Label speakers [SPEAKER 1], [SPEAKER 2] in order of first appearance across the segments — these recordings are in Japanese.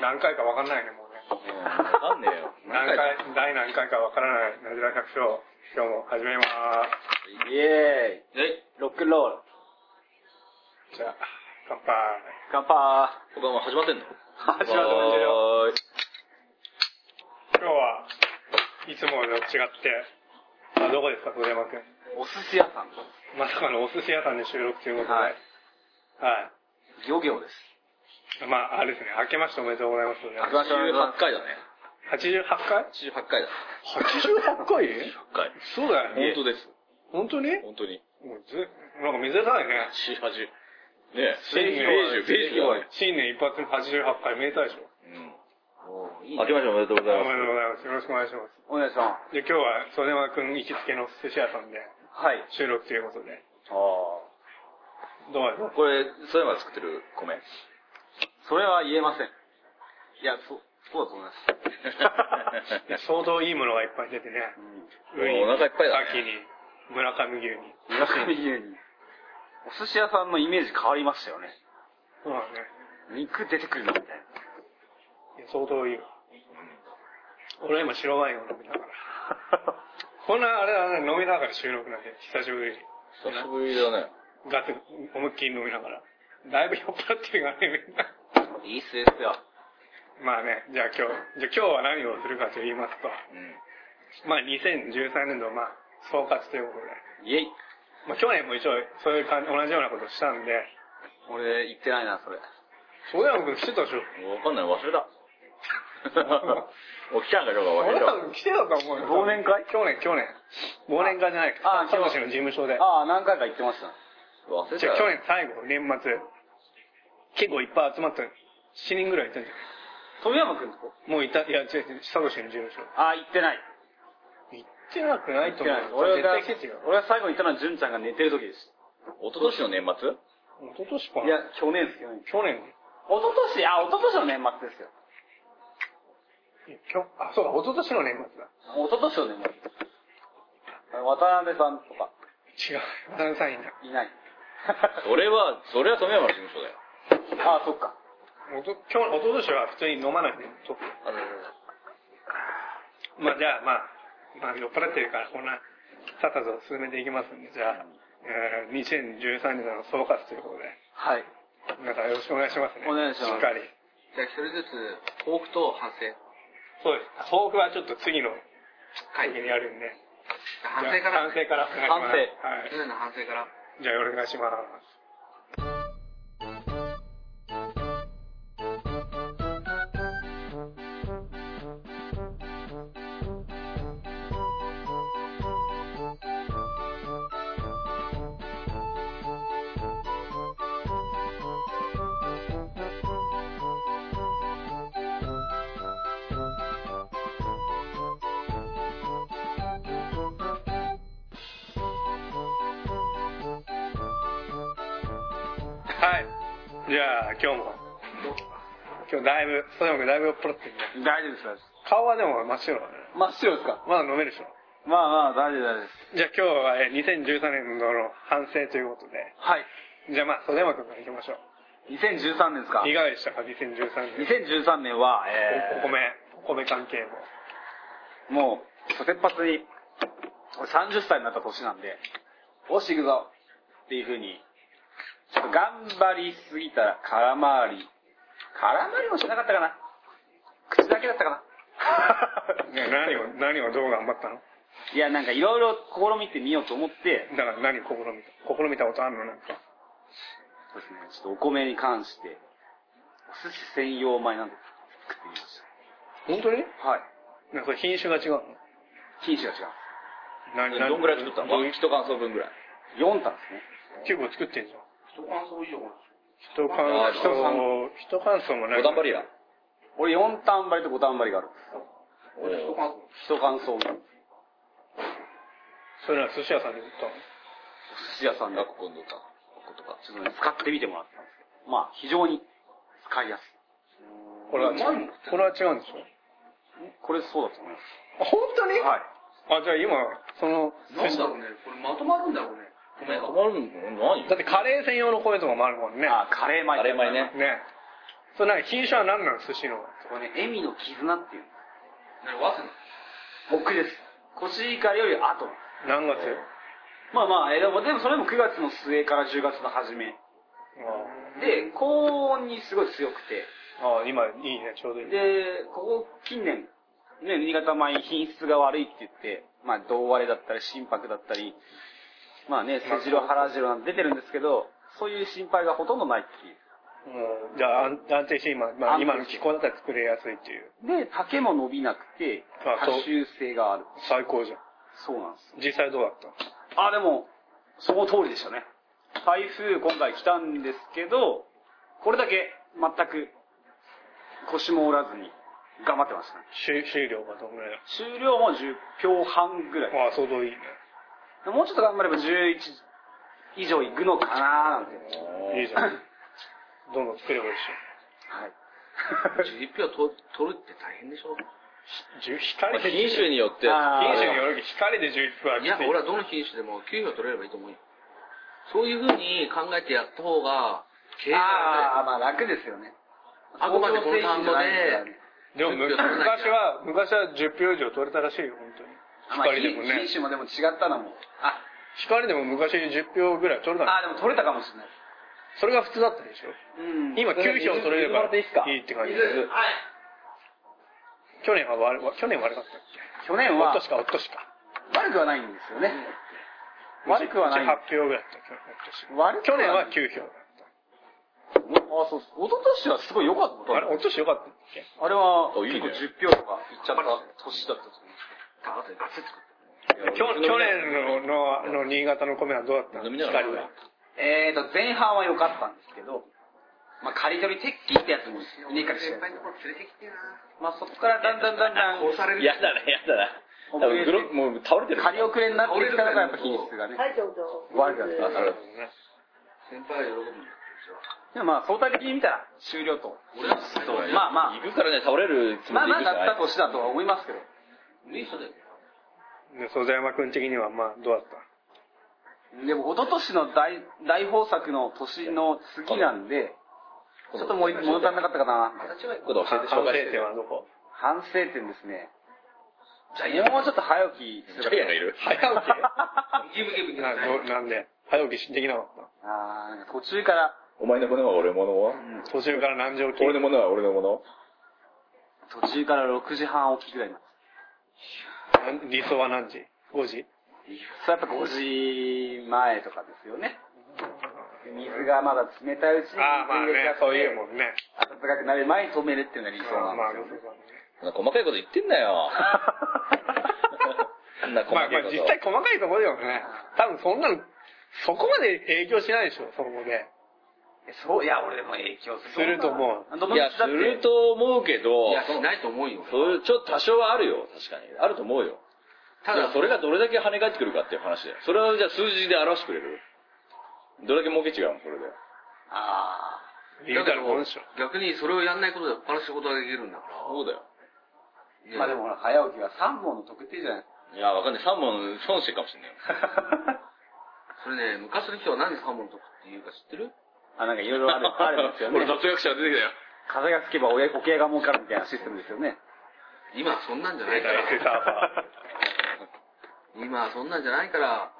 [SPEAKER 1] 何回かわかんないね、もうね。
[SPEAKER 2] うんわかんねえよ。
[SPEAKER 1] 何回、第何回かわからない、なじら百姓。今日も始めま
[SPEAKER 3] イエ
[SPEAKER 2] えい。
[SPEAKER 3] ーイロックンロール
[SPEAKER 1] ーす。じゃあ、乾杯。
[SPEAKER 3] 乾杯
[SPEAKER 2] おばんは始まってんの
[SPEAKER 3] 始まってる
[SPEAKER 2] よ。
[SPEAKER 1] 今日はいつもと違って、あ、どこですか、袖山くん。
[SPEAKER 3] お寿司屋さん
[SPEAKER 1] まさかのお寿司屋さんで収録ということで。
[SPEAKER 3] は
[SPEAKER 1] はいい。
[SPEAKER 3] 漁業です
[SPEAKER 1] まあ、あれですね、明けましておめでとうございます、ね。
[SPEAKER 3] 明けまして
[SPEAKER 2] 88回だね。
[SPEAKER 1] 88回
[SPEAKER 2] 88回だ。
[SPEAKER 1] ?88 回
[SPEAKER 2] 88回。
[SPEAKER 1] そうだよ
[SPEAKER 2] 本
[SPEAKER 1] ね。
[SPEAKER 2] 当です。
[SPEAKER 1] 本当に
[SPEAKER 2] 本当に。
[SPEAKER 1] もうず、なんか珍しいね。
[SPEAKER 2] 88。ねえ。
[SPEAKER 1] 正義の
[SPEAKER 2] 正義の正義
[SPEAKER 1] 新
[SPEAKER 2] の
[SPEAKER 1] 年一発目88回めでたいでしょ。
[SPEAKER 3] おーいいね
[SPEAKER 2] 明けましておめでとうご
[SPEAKER 1] お
[SPEAKER 2] ざい
[SPEAKER 1] め
[SPEAKER 2] ま
[SPEAKER 1] でとうございます。よろしくお願いします。
[SPEAKER 3] お願いしま
[SPEAKER 1] で、今日は、袖山くん行きつけの寿司屋さんで
[SPEAKER 3] すはい
[SPEAKER 1] 収録ということで。
[SPEAKER 3] ああ
[SPEAKER 1] どうぞ
[SPEAKER 2] す。これ、そういえば作ってる米。
[SPEAKER 3] それは言えませんいやそうそうだと思い ます
[SPEAKER 1] いや相当いいものがいっぱい出てね。
[SPEAKER 2] もうお腹いっぱいだね
[SPEAKER 1] 先に、村上牛に。
[SPEAKER 3] 村上牛にお寿司屋さんのイメージ変わりましたよね
[SPEAKER 1] そうだね。
[SPEAKER 3] 肉出てくるなみたいない
[SPEAKER 1] や相当いいよ。俺今白ワインを飲みながら。こんなあれだね、飲みながら収録なんで、久しぶりに。
[SPEAKER 2] 久しぶりだね。
[SPEAKER 1] ガツ、思いっきり飲みながら。だいぶ酔っ払ってるからね、みんな。
[SPEAKER 3] いいっすですよ
[SPEAKER 1] まあね、じゃあ今日、じゃあ今日は何をするかと言いますと、まあ2013年度、まあ、総括ということで、
[SPEAKER 3] イエイ
[SPEAKER 1] まあ去年も一応、そういう感じ、同じようなことしたんで、
[SPEAKER 3] 俺言ってないなそ れ
[SPEAKER 1] そうだよ、僕来てたでしょ。
[SPEAKER 2] うん。わかんない、忘れた。もう来たんかどうか忘
[SPEAKER 1] 俺
[SPEAKER 2] れた
[SPEAKER 1] ら。来てたと思うよ。
[SPEAKER 3] 忘年会
[SPEAKER 1] 去年、去年。忘年会じゃない
[SPEAKER 3] ああ
[SPEAKER 1] サトシの事務所で。
[SPEAKER 3] ああ何回か言ってました
[SPEAKER 2] 忘れた
[SPEAKER 1] じゃあ
[SPEAKER 2] よ。
[SPEAKER 1] 去年最後、年末、結構いっぱい集まった。7人ぐらいいたんじゃ
[SPEAKER 3] 富山君とこ
[SPEAKER 1] ん。もういた、いや、違う違う、サトシの事務所。
[SPEAKER 3] ああ言ってない
[SPEAKER 1] 行ってなくないと思う。
[SPEAKER 3] 俺
[SPEAKER 1] 絶
[SPEAKER 3] が
[SPEAKER 1] 対来てたよ。
[SPEAKER 3] 俺が最後に言ったのは純ちゃんが寝てる時です
[SPEAKER 2] 一昨年の年末
[SPEAKER 1] 一昨年かない
[SPEAKER 3] や去年です去年
[SPEAKER 1] 去年
[SPEAKER 3] 一昨年あ一昨年の年末ですよ
[SPEAKER 1] いやきょあ、そうか、一昨年の年末だ。
[SPEAKER 3] 一昨年の年末渡辺さんとか
[SPEAKER 1] 違う、渡辺さんいない。
[SPEAKER 3] いない
[SPEAKER 2] それは、それは富山の事務所だよ。
[SPEAKER 3] ああそっか
[SPEAKER 1] おと今日、一昨年は普通に飲まないで、ちょっ
[SPEAKER 2] あの、
[SPEAKER 1] とまあじゃあ、まあ、まあ酔っ払ってるから、こんな、さたと進めていきますんで、じゃあ、えー2013年の総括ということで、
[SPEAKER 3] はい
[SPEAKER 1] 皆さんよろしくお願いしますね。
[SPEAKER 3] お願いします
[SPEAKER 1] しっかり。
[SPEAKER 4] じゃあ一人ずつ、抱負と反省。
[SPEAKER 1] そうです。抱負はちょっと次の
[SPEAKER 4] はい。
[SPEAKER 1] 時にやるんで。
[SPEAKER 4] 反省
[SPEAKER 1] じ
[SPEAKER 4] から。
[SPEAKER 1] ゃあ反省からお願いします。
[SPEAKER 4] それぞれの反省から。
[SPEAKER 1] はい。じゃあ、お願いします。はい。じゃあ、今日も。今日だいぶ、そよくだいぶ酔っ払ってるね。
[SPEAKER 3] 大丈夫です大丈夫で
[SPEAKER 1] 顔はでも真っ白だね。
[SPEAKER 3] す真っ白ですか
[SPEAKER 1] まだ飲めるでしょ。
[SPEAKER 3] まあまあ大丈夫大丈夫です
[SPEAKER 1] じゃあ今日はえー2013年度の反省ということで。
[SPEAKER 3] はい
[SPEAKER 1] じゃあまあ、袖山くんから行きましょ
[SPEAKER 3] 2013年ですか
[SPEAKER 1] う。いかがでしたか、2013年。
[SPEAKER 3] 2013年は、え
[SPEAKER 1] お
[SPEAKER 3] ー
[SPEAKER 1] 米、お米関係も。
[SPEAKER 3] もう、初先発に、俺30歳になった年なんで、押していくぞっていう風に、ちょっと頑張りすぎたら空回り。空回りもしなかったかな口だけだったかな
[SPEAKER 1] ね 何を、何をどう頑張ったの
[SPEAKER 3] いや、なんかいろいろ試みてみようと思って、
[SPEAKER 1] だから何試みた試みたことあるのなんか。
[SPEAKER 3] そうですね、ちょっとお米に関して、お寿司専用米なんて作ってみまし
[SPEAKER 1] 本当に
[SPEAKER 3] た。はい。
[SPEAKER 1] なんかそれ品種が違うの
[SPEAKER 3] 品種が違う
[SPEAKER 1] 何何
[SPEAKER 2] どんぐらい作ったの
[SPEAKER 1] どういう
[SPEAKER 2] 一感想分ぐらい。
[SPEAKER 3] んです。4単ですね。
[SPEAKER 1] 結構作ってんじゃん。
[SPEAKER 4] 一感想以上。
[SPEAKER 1] 人感
[SPEAKER 2] あ
[SPEAKER 1] 想、人感想もない。
[SPEAKER 2] 五段張りや。
[SPEAKER 3] 俺4単張りと5単張りがある。
[SPEAKER 4] 一感想。
[SPEAKER 3] 一感想のお寿
[SPEAKER 1] それは寿司屋さんで売ったの
[SPEAKER 3] 司屋さんで
[SPEAKER 2] 学校の歌。ことか。
[SPEAKER 3] ちょっとね、使ってみてもらったんですけど、まあ、非常に使いやす
[SPEAKER 1] これは
[SPEAKER 4] うまいもん
[SPEAKER 1] これは違うんでしょ
[SPEAKER 3] い。これそうだと思いま
[SPEAKER 1] あ本当に
[SPEAKER 3] す。はい。
[SPEAKER 1] あ、じゃあ今、その、
[SPEAKER 4] なんだろうね。これまとまるんだろうね。米が。
[SPEAKER 2] 止まるの何
[SPEAKER 1] だってカレー専用の米とかもあるもんね。
[SPEAKER 3] あ、カレー米。
[SPEAKER 2] カレー米ね
[SPEAKER 1] ね。それなんか品種は何なの寿司の。
[SPEAKER 5] そこね、エミの絆っていう。
[SPEAKER 4] 何わせな
[SPEAKER 5] 僕です。コシヒカリより後。
[SPEAKER 1] 何月
[SPEAKER 3] まあまあ、えーでもでもそれも9月の末から10月の初め。で、高温にすごい強くて、
[SPEAKER 1] ああ、今いいね、ちょうどいい。
[SPEAKER 3] で、ここ近年、ね、新潟米品質が悪いって言って、まあ、銅割れだったり、心拍だったり、まあね、背白腹白なんて出てるんですけど、そういう心配がほとんどないっていう。
[SPEAKER 1] うんじゃあ安安定して今、まあ、
[SPEAKER 3] 安定して
[SPEAKER 1] 今の気候だったら作れやすいっていう。
[SPEAKER 3] で、竹も伸びなくて
[SPEAKER 1] あ、そう
[SPEAKER 3] 多収性がある。
[SPEAKER 1] 最高じゃん。
[SPEAKER 3] そうなんですよ。
[SPEAKER 1] 実際どうだった
[SPEAKER 3] あ、でも、その通りでしたね。台風今回来たんですけど、これだけ全く腰も折らずに頑張ってましたね。
[SPEAKER 1] 収収量がどんぐらいだ
[SPEAKER 3] 終了も10票半ぐらい。
[SPEAKER 1] ああ、相当いいね。
[SPEAKER 3] もうちょっと頑張れば11以上いくのかなーなんて。
[SPEAKER 1] いいじゃ ん。どんどん作ればいいで
[SPEAKER 3] はい。
[SPEAKER 2] 11票と取るって大変でしょ
[SPEAKER 1] しょ。光で、
[SPEAKER 2] 品種によって、
[SPEAKER 3] あー
[SPEAKER 1] 品種によるけど光で11分はき
[SPEAKER 4] い
[SPEAKER 1] つい。
[SPEAKER 4] や、俺はどの品種でも給料取れればいいと思うよ。そういうふうに考えてやった方が、経営が
[SPEAKER 5] ああ、まあ楽ですよね。
[SPEAKER 4] あくまでこの単語で
[SPEAKER 1] でも昔は、昔は10票以上取れたらしいよ、本
[SPEAKER 5] あま
[SPEAKER 1] 当
[SPEAKER 5] あ
[SPEAKER 1] に。光でもね
[SPEAKER 5] 品。種もでも違ったのも。あ、
[SPEAKER 1] 光でも昔10票ぐらい取れたの
[SPEAKER 5] あでも取れたかもしれない。
[SPEAKER 1] それが普通だったでしょ。
[SPEAKER 5] うん。
[SPEAKER 1] 今9票取れればいいって感じ。去年は悪、去年悪かったっけ
[SPEAKER 5] 去年
[SPEAKER 1] おっ
[SPEAKER 5] は
[SPEAKER 1] としか、おっとしか。
[SPEAKER 5] 悪くはないんですよね。悪くは
[SPEAKER 1] う
[SPEAKER 5] ない
[SPEAKER 1] ち。8票ぐらいだった。
[SPEAKER 5] 悪く
[SPEAKER 1] 去
[SPEAKER 5] は
[SPEAKER 1] 年
[SPEAKER 5] な
[SPEAKER 1] は
[SPEAKER 5] い
[SPEAKER 1] 9票。
[SPEAKER 3] あ、そうそう。一昨年はすごい良かった。
[SPEAKER 1] あれ、おっとしよかったっけ
[SPEAKER 3] あれ
[SPEAKER 2] あ
[SPEAKER 3] は
[SPEAKER 2] いい
[SPEAKER 3] 結
[SPEAKER 2] ね
[SPEAKER 3] 構10票とかいっちゃった年だったと思う。
[SPEAKER 4] 高くてガツッとくる。
[SPEAKER 1] 去去年ののの新潟の米はどうだったの
[SPEAKER 2] 飲みながら
[SPEAKER 1] 光は。
[SPEAKER 5] えーと、前半は良かったんですけど、まあ仮取り鉄筋ってやつもいいかもしれ
[SPEAKER 4] 先
[SPEAKER 5] な
[SPEAKER 4] 輩。
[SPEAKER 5] い
[SPEAKER 4] のところ連れてきてえな。
[SPEAKER 5] まあそこからだんだんだんだん、
[SPEAKER 4] 殺される。
[SPEAKER 2] やだな、やだな。多分グロもう倒れてる。
[SPEAKER 5] 仮遅れになってきたのがやっぱ品質がね。
[SPEAKER 6] はい、どうぞ。
[SPEAKER 5] 悪くなってま
[SPEAKER 2] あ
[SPEAKER 5] す
[SPEAKER 2] なるほ
[SPEAKER 4] 先輩は喜ぶんだよ。
[SPEAKER 5] でもまあ相対的に見たら終了と。
[SPEAKER 4] 俺は最
[SPEAKER 2] ど
[SPEAKER 4] 後
[SPEAKER 5] うまあまあ
[SPEAKER 2] 行くからね、倒れるつも
[SPEAKER 5] まあ
[SPEAKER 2] りで
[SPEAKER 5] ま
[SPEAKER 2] 行
[SPEAKER 5] あ
[SPEAKER 2] く
[SPEAKER 5] だった
[SPEAKER 2] と。
[SPEAKER 5] 年だとは思いますけど。
[SPEAKER 4] いい人だよ。
[SPEAKER 1] で、曽田山君的には、まあ、どうだった
[SPEAKER 5] でも一昨年の大大豊作の年の次なんで、ちょっともう物足りなかったかな。
[SPEAKER 4] 形はいい。
[SPEAKER 2] ことを教えて
[SPEAKER 1] 反省
[SPEAKER 2] 紹介して
[SPEAKER 1] 点はどこ
[SPEAKER 5] 反省点ですね。もうちょっと早起きす
[SPEAKER 2] ジャイアン
[SPEAKER 5] れば
[SPEAKER 2] がいる
[SPEAKER 1] 早起
[SPEAKER 4] ギブギブギ
[SPEAKER 1] き
[SPEAKER 4] ブ。
[SPEAKER 1] などなんで早起きできなかっ
[SPEAKER 5] あーなんか途中から、
[SPEAKER 2] お前のものは俺のものは
[SPEAKER 1] た途中から何時起き
[SPEAKER 2] 俺のものは俺のもの
[SPEAKER 5] 途中から6時半起きぐらいになって
[SPEAKER 1] なん理想は何時 ?5 時
[SPEAKER 5] それはやっぱ5時前とかですよね。水がまだ冷たいうちに
[SPEAKER 1] ああ、まあね、そういうもんね。
[SPEAKER 5] 暖かくなる前に止めるっていうのが理想
[SPEAKER 1] まあ、まあ
[SPEAKER 5] なん、ですよね。
[SPEAKER 2] そんな細かいこと言ってんな よ。そんな細
[SPEAKER 1] ま
[SPEAKER 2] か
[SPEAKER 1] あ、まあ
[SPEAKER 2] いこと。
[SPEAKER 1] 実際細かいところだよね。多分そんなの、そこまで影響しないでしょ、そこで。
[SPEAKER 5] えそう、いや、俺でも影響
[SPEAKER 1] すると思う。
[SPEAKER 5] どの
[SPEAKER 2] いや、す
[SPEAKER 5] 道だって
[SPEAKER 2] ると思うけど
[SPEAKER 4] い、や、しないと思うよ。
[SPEAKER 2] そういう、ちょっと多少はあるよ、確かに。あると思うよ。た
[SPEAKER 4] た
[SPEAKER 2] だ
[SPEAKER 4] だ、
[SPEAKER 2] それがどれだけ跳ね返ってくるかっていう話だよ。それはじゃあ数字で表してくれるどれだけ儲け違うのそれで。
[SPEAKER 5] あ
[SPEAKER 1] 言うたらもんでしょ。
[SPEAKER 4] 逆にそれをやんないことで他の仕事ができるんだから。
[SPEAKER 2] そうだよ。
[SPEAKER 5] あ。まあでもほら、早起きは3本の特定じゃない
[SPEAKER 2] い
[SPEAKER 5] です
[SPEAKER 2] や、わかんない。3本損してるかもしんないよ。
[SPEAKER 5] か。
[SPEAKER 4] それね、昔の人は何で3本とかって言うか知ってる
[SPEAKER 5] あ、なんかいろい ろある、あるんですよね
[SPEAKER 2] 俺、。雑学者が出てきたよ。
[SPEAKER 5] 風がつけばおやお屋が儲かるみたいなシステムです よね。
[SPEAKER 4] 今はそんなんじゃな
[SPEAKER 1] デー
[SPEAKER 4] いか
[SPEAKER 1] タ
[SPEAKER 4] ら。
[SPEAKER 1] エンターバ
[SPEAKER 4] 今はそんなんじゃないから、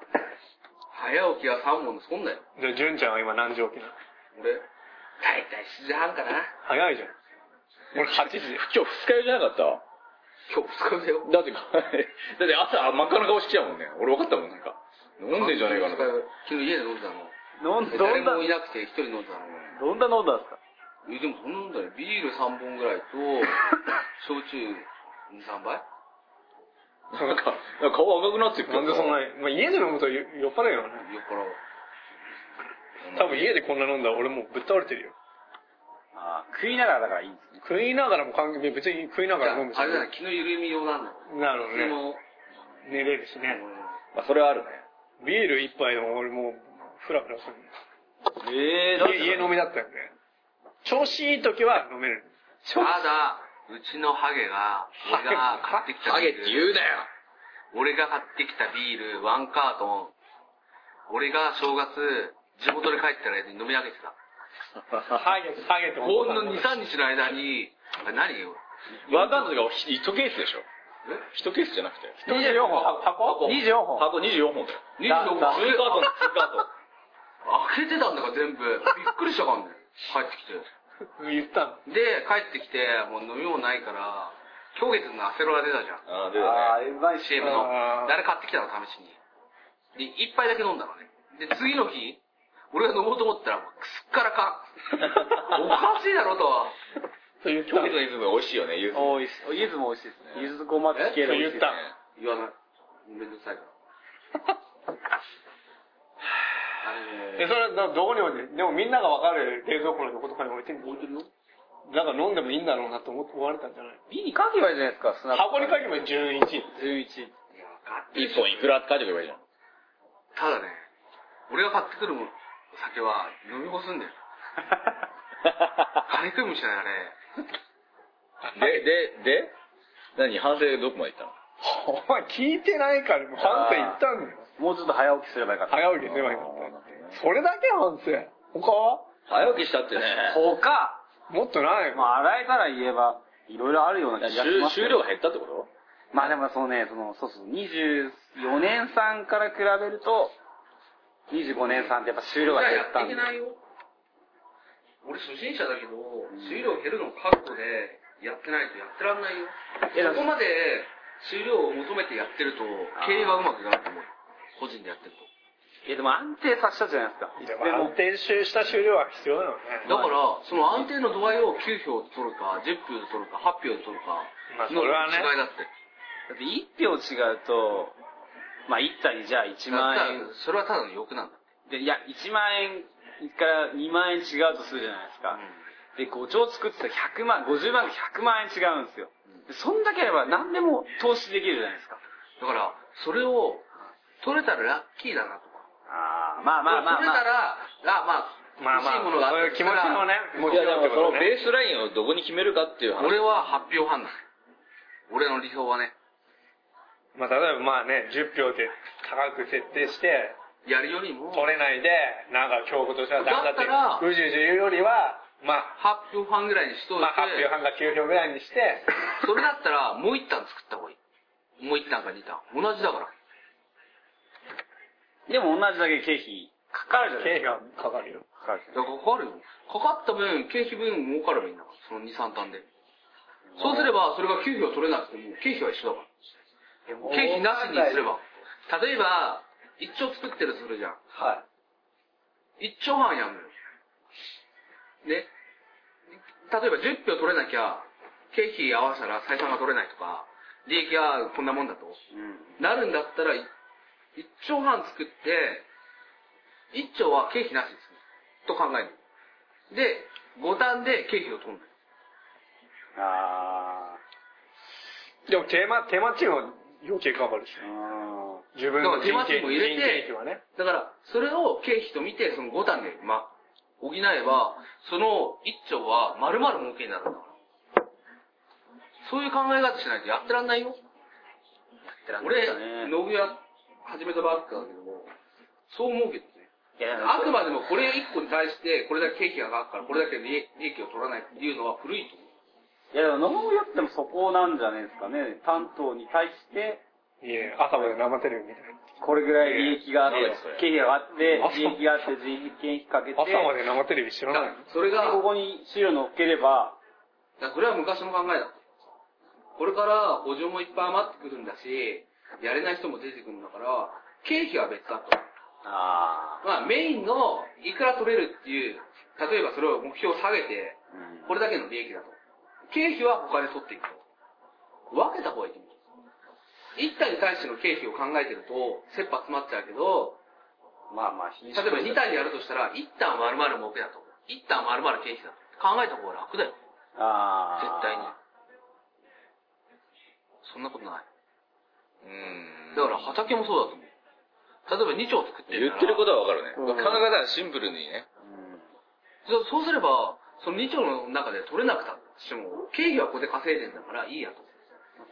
[SPEAKER 4] 早起きは3本の損だよ。
[SPEAKER 1] ー。じゃあ、純ちゃんは今何時起きなの
[SPEAKER 4] 俺、だいたい7時半かな。
[SPEAKER 1] 早いじゃん。俺8時で。
[SPEAKER 2] 今日二日酔いじゃなかった
[SPEAKER 4] 今日2日だよ。
[SPEAKER 2] だって、だ って朝真っ赤な顔してきたもんね。俺分かったもん、なんか。飲んでんじゃねえかなと思って。
[SPEAKER 4] 昨日家で飲んでたの。
[SPEAKER 5] どんどん
[SPEAKER 4] 誰
[SPEAKER 5] な
[SPEAKER 4] もいなくて一人飲んでたの。
[SPEAKER 5] どんな飲んだんですか
[SPEAKER 4] え、でもそんな飲んだね。ビール3本ぐらいと、焼酎2、3杯
[SPEAKER 2] なんか、なんか顔赤くなってる
[SPEAKER 1] なんでそんな
[SPEAKER 2] に。、
[SPEAKER 1] まあ、家で飲むと酔酔っ払うよね。
[SPEAKER 4] 酔っ払う。
[SPEAKER 1] 多分家でこんな飲んだら俺もうぶっ倒れてるよ。
[SPEAKER 5] あー食いながらだからいいんですね。
[SPEAKER 1] 食いながらも関係、別に食いながら飲む
[SPEAKER 4] じゃああれだね、気の緩みようなんだろう。
[SPEAKER 1] なるほど
[SPEAKER 4] そ
[SPEAKER 1] ね。
[SPEAKER 4] れも、
[SPEAKER 1] 寝れるしね。
[SPEAKER 2] まあ、それはあるね。
[SPEAKER 1] ビール一杯でも俺もう、ふらふらするの。
[SPEAKER 5] ええ
[SPEAKER 1] 家家飲みだったよね。調子いい時は飲める。
[SPEAKER 4] ただ、うちのハゲが、俺が買ってきた
[SPEAKER 2] ハ
[SPEAKER 4] ビ
[SPEAKER 2] ゲって
[SPEAKER 4] ール、
[SPEAKER 2] 言うなよ。
[SPEAKER 4] 俺が買ってきたビール、ワンカートン、俺が正月、地元で帰ったら飲み上げてた。
[SPEAKER 1] ハゲ、ハゲって
[SPEAKER 4] ほん
[SPEAKER 1] な
[SPEAKER 4] の2、3日の間に、あ何よ。
[SPEAKER 2] ワークアウトが1ケースでしょ1ケースじゃなくて
[SPEAKER 3] 24本
[SPEAKER 2] 箱
[SPEAKER 3] 24本
[SPEAKER 2] 箱24本だよ
[SPEAKER 4] 24本
[SPEAKER 2] 追加アウト追加アウト
[SPEAKER 4] 開けてたんだから全部。びっくりしたからね。帰ってきて。
[SPEAKER 1] 言ったの。
[SPEAKER 4] で、帰ってきて、もう飲み物ないから、今日月のアセロラ出たじゃん。
[SPEAKER 2] ああ出た
[SPEAKER 3] ああ
[SPEAKER 2] ね
[SPEAKER 3] ーうまいし
[SPEAKER 4] CM
[SPEAKER 1] あー
[SPEAKER 4] の。誰買ってきたの試しに。で、一杯だけ飲んだのね。で、次の日、俺が飲もうと思ったら、もうすっからか ん。おかしいだろとは。
[SPEAKER 1] そう言った
[SPEAKER 2] 今
[SPEAKER 1] の
[SPEAKER 2] 日。のイズム美味しいよねゆず
[SPEAKER 3] おいしゆずも美味しいですねゆずごまつける
[SPEAKER 1] そう言ったの。
[SPEAKER 4] 言わない。めんどくさいから。あ
[SPEAKER 1] え、それ、などこに置いて、でもみんながわかる冷蔵庫の横とかに置いてんの
[SPEAKER 4] 置いてるよ。
[SPEAKER 1] だから飲んでもいいんだろうなと思って思われたんじゃない
[SPEAKER 3] 瓶に書けばいいじゃないですかスナッ
[SPEAKER 1] 箱に書けば11。
[SPEAKER 3] プ11
[SPEAKER 4] いや、わかってる
[SPEAKER 2] 1
[SPEAKER 4] よ
[SPEAKER 2] 本いくらって書いておけばいいじゃん
[SPEAKER 4] ただね、俺が買ってくる酒は飲み干すんだよ。カニクムシだよ、あれ。
[SPEAKER 2] で、で、で何反省どこまでいったの
[SPEAKER 1] お前聞いてないから、もう反省言ったんだよ。
[SPEAKER 3] もうちょっと早起きすればよかった
[SPEAKER 1] 早起きすればいいんだって。それだけ反省。他は
[SPEAKER 2] 早起きしたって ね。
[SPEAKER 3] 他
[SPEAKER 1] もっとないよ。
[SPEAKER 3] まあ洗いから言えばいろいろあるような気がしますけ
[SPEAKER 2] 収
[SPEAKER 3] ど
[SPEAKER 2] 量が減ったってこと
[SPEAKER 3] まあでもそのね、その、そうそう、24年さんから比べると、25年さんってやっぱ終了が減
[SPEAKER 4] や
[SPEAKER 3] っ
[SPEAKER 4] ったて
[SPEAKER 3] ん
[SPEAKER 4] い
[SPEAKER 3] で
[SPEAKER 4] け。ないよ。俺初心者だけど、水量減るの覚悟でやってないとやってらんないよ。
[SPEAKER 3] いやだ
[SPEAKER 4] そこまで水量を求めてやってると、経営がうまくいかないと思うよ。個人でやってると。
[SPEAKER 3] いやでも安定させたじゃないですか。
[SPEAKER 1] でも、安定した終了は必要だよね。
[SPEAKER 4] だから、その安定の度合いを9票で取るか、10票で取るか、8票で取るか
[SPEAKER 1] まあ、そ
[SPEAKER 4] の
[SPEAKER 1] れはね
[SPEAKER 4] 違いだって。
[SPEAKER 3] だって1票違うと、まあ1体じゃあ1
[SPEAKER 4] だ
[SPEAKER 3] 万
[SPEAKER 4] から
[SPEAKER 3] 円。
[SPEAKER 4] それはただの欲なんだ。
[SPEAKER 3] で、いや、1万円から2万円違うとするじゃないですか。で、5兆作ってたら100万、50万が100万円違うんですよ。でそんだけあれば何でも投資できるじゃないですか。
[SPEAKER 4] だから、それを、取れたらラッキーだなとか。
[SPEAKER 3] ああ、まあまあまあ
[SPEAKER 4] 取れ
[SPEAKER 3] ま
[SPEAKER 4] た
[SPEAKER 3] あ。
[SPEAKER 4] ら、あまあ、
[SPEAKER 1] まあまあ、
[SPEAKER 4] 欲しいものがあ
[SPEAKER 1] そう
[SPEAKER 4] っ
[SPEAKER 1] いう
[SPEAKER 4] た
[SPEAKER 1] 気持ちのね、持
[SPEAKER 2] い
[SPEAKER 1] ち
[SPEAKER 2] や、
[SPEAKER 1] よ
[SPEAKER 2] で
[SPEAKER 1] うって
[SPEAKER 2] もその
[SPEAKER 1] こと
[SPEAKER 2] ベ
[SPEAKER 1] ね。
[SPEAKER 2] ースラインをどこに決めるかっていう話。
[SPEAKER 4] 俺は発表派なんだ。俺の理想はね、
[SPEAKER 1] まあ、例えばまあね、10票で高く設定して、
[SPEAKER 4] やるよりも、
[SPEAKER 1] 取れないで、なんか競合としてはダメだって、
[SPEAKER 4] だったら
[SPEAKER 1] うじうじ言うよりは、まあ、
[SPEAKER 4] 8票半ぐらいにしといて、
[SPEAKER 1] まあ、8票半か9票ぐらいにして、
[SPEAKER 4] それだったら、もう1単作った方がいい。もう1単か2単。同じだから。
[SPEAKER 3] でも同じだけ経費かかるじゃないです
[SPEAKER 1] 経費がか
[SPEAKER 3] か。
[SPEAKER 1] かるよ。
[SPEAKER 3] かかるじゃないですか
[SPEAKER 4] だからかかるよ。かかった分、経費分儲かればいいんだから、その2、3単で。そうすれば、それが9票取れなくても、経費は一緒だから。経費なしにすれば。例えば、1兆作ってるとするじゃん。
[SPEAKER 1] は
[SPEAKER 4] 1兆半やんのよ。ね。例えば10票取れなきゃ、経費合わせたら採算が取れないとか、利益がこんなもんだと。なるんだったら、1兆半作って、1兆は経費なしですと考える。で、5単で経費を取るのよ。
[SPEAKER 3] あ
[SPEAKER 1] い。でも、テーマ、テーマチームは余計かかるし
[SPEAKER 3] ー。うん
[SPEAKER 1] 自分の
[SPEAKER 4] だから
[SPEAKER 1] 人
[SPEAKER 4] テーマ
[SPEAKER 1] 件
[SPEAKER 4] チーム
[SPEAKER 1] 費
[SPEAKER 4] を入れて
[SPEAKER 1] 人件費はね。
[SPEAKER 4] だから、それを経費と見て、その5単で、ま、補えば、その1兆は丸々儲けになるんだから。そういう考え方しないとやってらんないよ。俺、農業や始めたばっかだけども、そう思うけどね。
[SPEAKER 3] いや
[SPEAKER 4] あくまでもこれ1個に対して、これだけ経費が上がるから、これだけ利益を取らないっていうのは古いと思う。
[SPEAKER 3] いや、でも農業ってもそこなんじゃないですかね。担当に対して、
[SPEAKER 1] いえ、朝まで生テレビみたいな。
[SPEAKER 3] これぐらい利益があって
[SPEAKER 2] いやいやそれ、
[SPEAKER 3] 経費があって
[SPEAKER 1] 朝、
[SPEAKER 3] 利益があって、人件費かけて、
[SPEAKER 1] 朝まで生テレビ知ら
[SPEAKER 4] だ
[SPEAKER 1] ないの
[SPEAKER 4] それが、
[SPEAKER 3] ここに資料乗っければ、
[SPEAKER 4] だからそれは昔の考えだ。これから補助もいっぱい余ってくるんだし、やれない人も出てくるんだから、経費は別だと。
[SPEAKER 3] あ
[SPEAKER 4] まあメインのいくら取れるっていう、例えばそれを目標を下げて、これだけの利益だと。経費は他で取っていくと。分けた方がいいと思う。一体に対しての経費を考えてると、切羽詰まっちゃうけど、
[SPEAKER 3] まあまあ、
[SPEAKER 4] 例
[SPEAKER 3] 品
[SPEAKER 4] え
[SPEAKER 3] 種
[SPEAKER 4] ば2単やるとしたら、1単丸々儲けだと。1単丸々経費だと。考えた方が楽だよ。
[SPEAKER 3] あ
[SPEAKER 4] 絶
[SPEAKER 3] ー
[SPEAKER 4] 対に。そんなことない。
[SPEAKER 2] うん。
[SPEAKER 4] だから畑もそうだと思う。例えば2丁作って
[SPEAKER 2] 言ってること
[SPEAKER 4] と
[SPEAKER 2] はわかるね。考え方はシンプルにね。
[SPEAKER 4] そうそうすれば、その2丁の中で取れなくたとしても、経費はここで稼いでんだからいいやと。
[SPEAKER 3] こ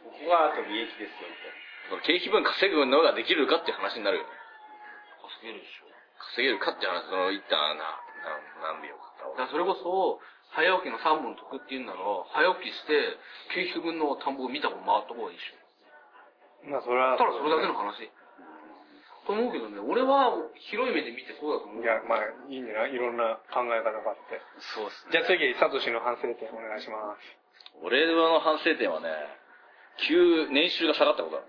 [SPEAKER 3] こがあと利益ですよ、みた
[SPEAKER 2] 経
[SPEAKER 3] い
[SPEAKER 2] 費分稼ぐのができるかっていう話になるよね。
[SPEAKER 4] 稼げるでしょ。
[SPEAKER 2] 稼げるかっていう話、その一旦な、な何秒か
[SPEAKER 4] だからそれこそ、早起きの3本得っていうんなら、早起きして、景気分の田んぼを見たこと回った方がいいでしょ。
[SPEAKER 1] まあ、それは。
[SPEAKER 4] ただそれだけの話。と思うけどね、俺は広い目で見てそうだと思う。
[SPEAKER 1] いや、まあ、いいんじゃないいろんな考え方があって。
[SPEAKER 3] そうっす
[SPEAKER 1] じゃあ次、サトシの反省点お願いします。
[SPEAKER 2] 俺の反省点はね、急、年収が下がったことある。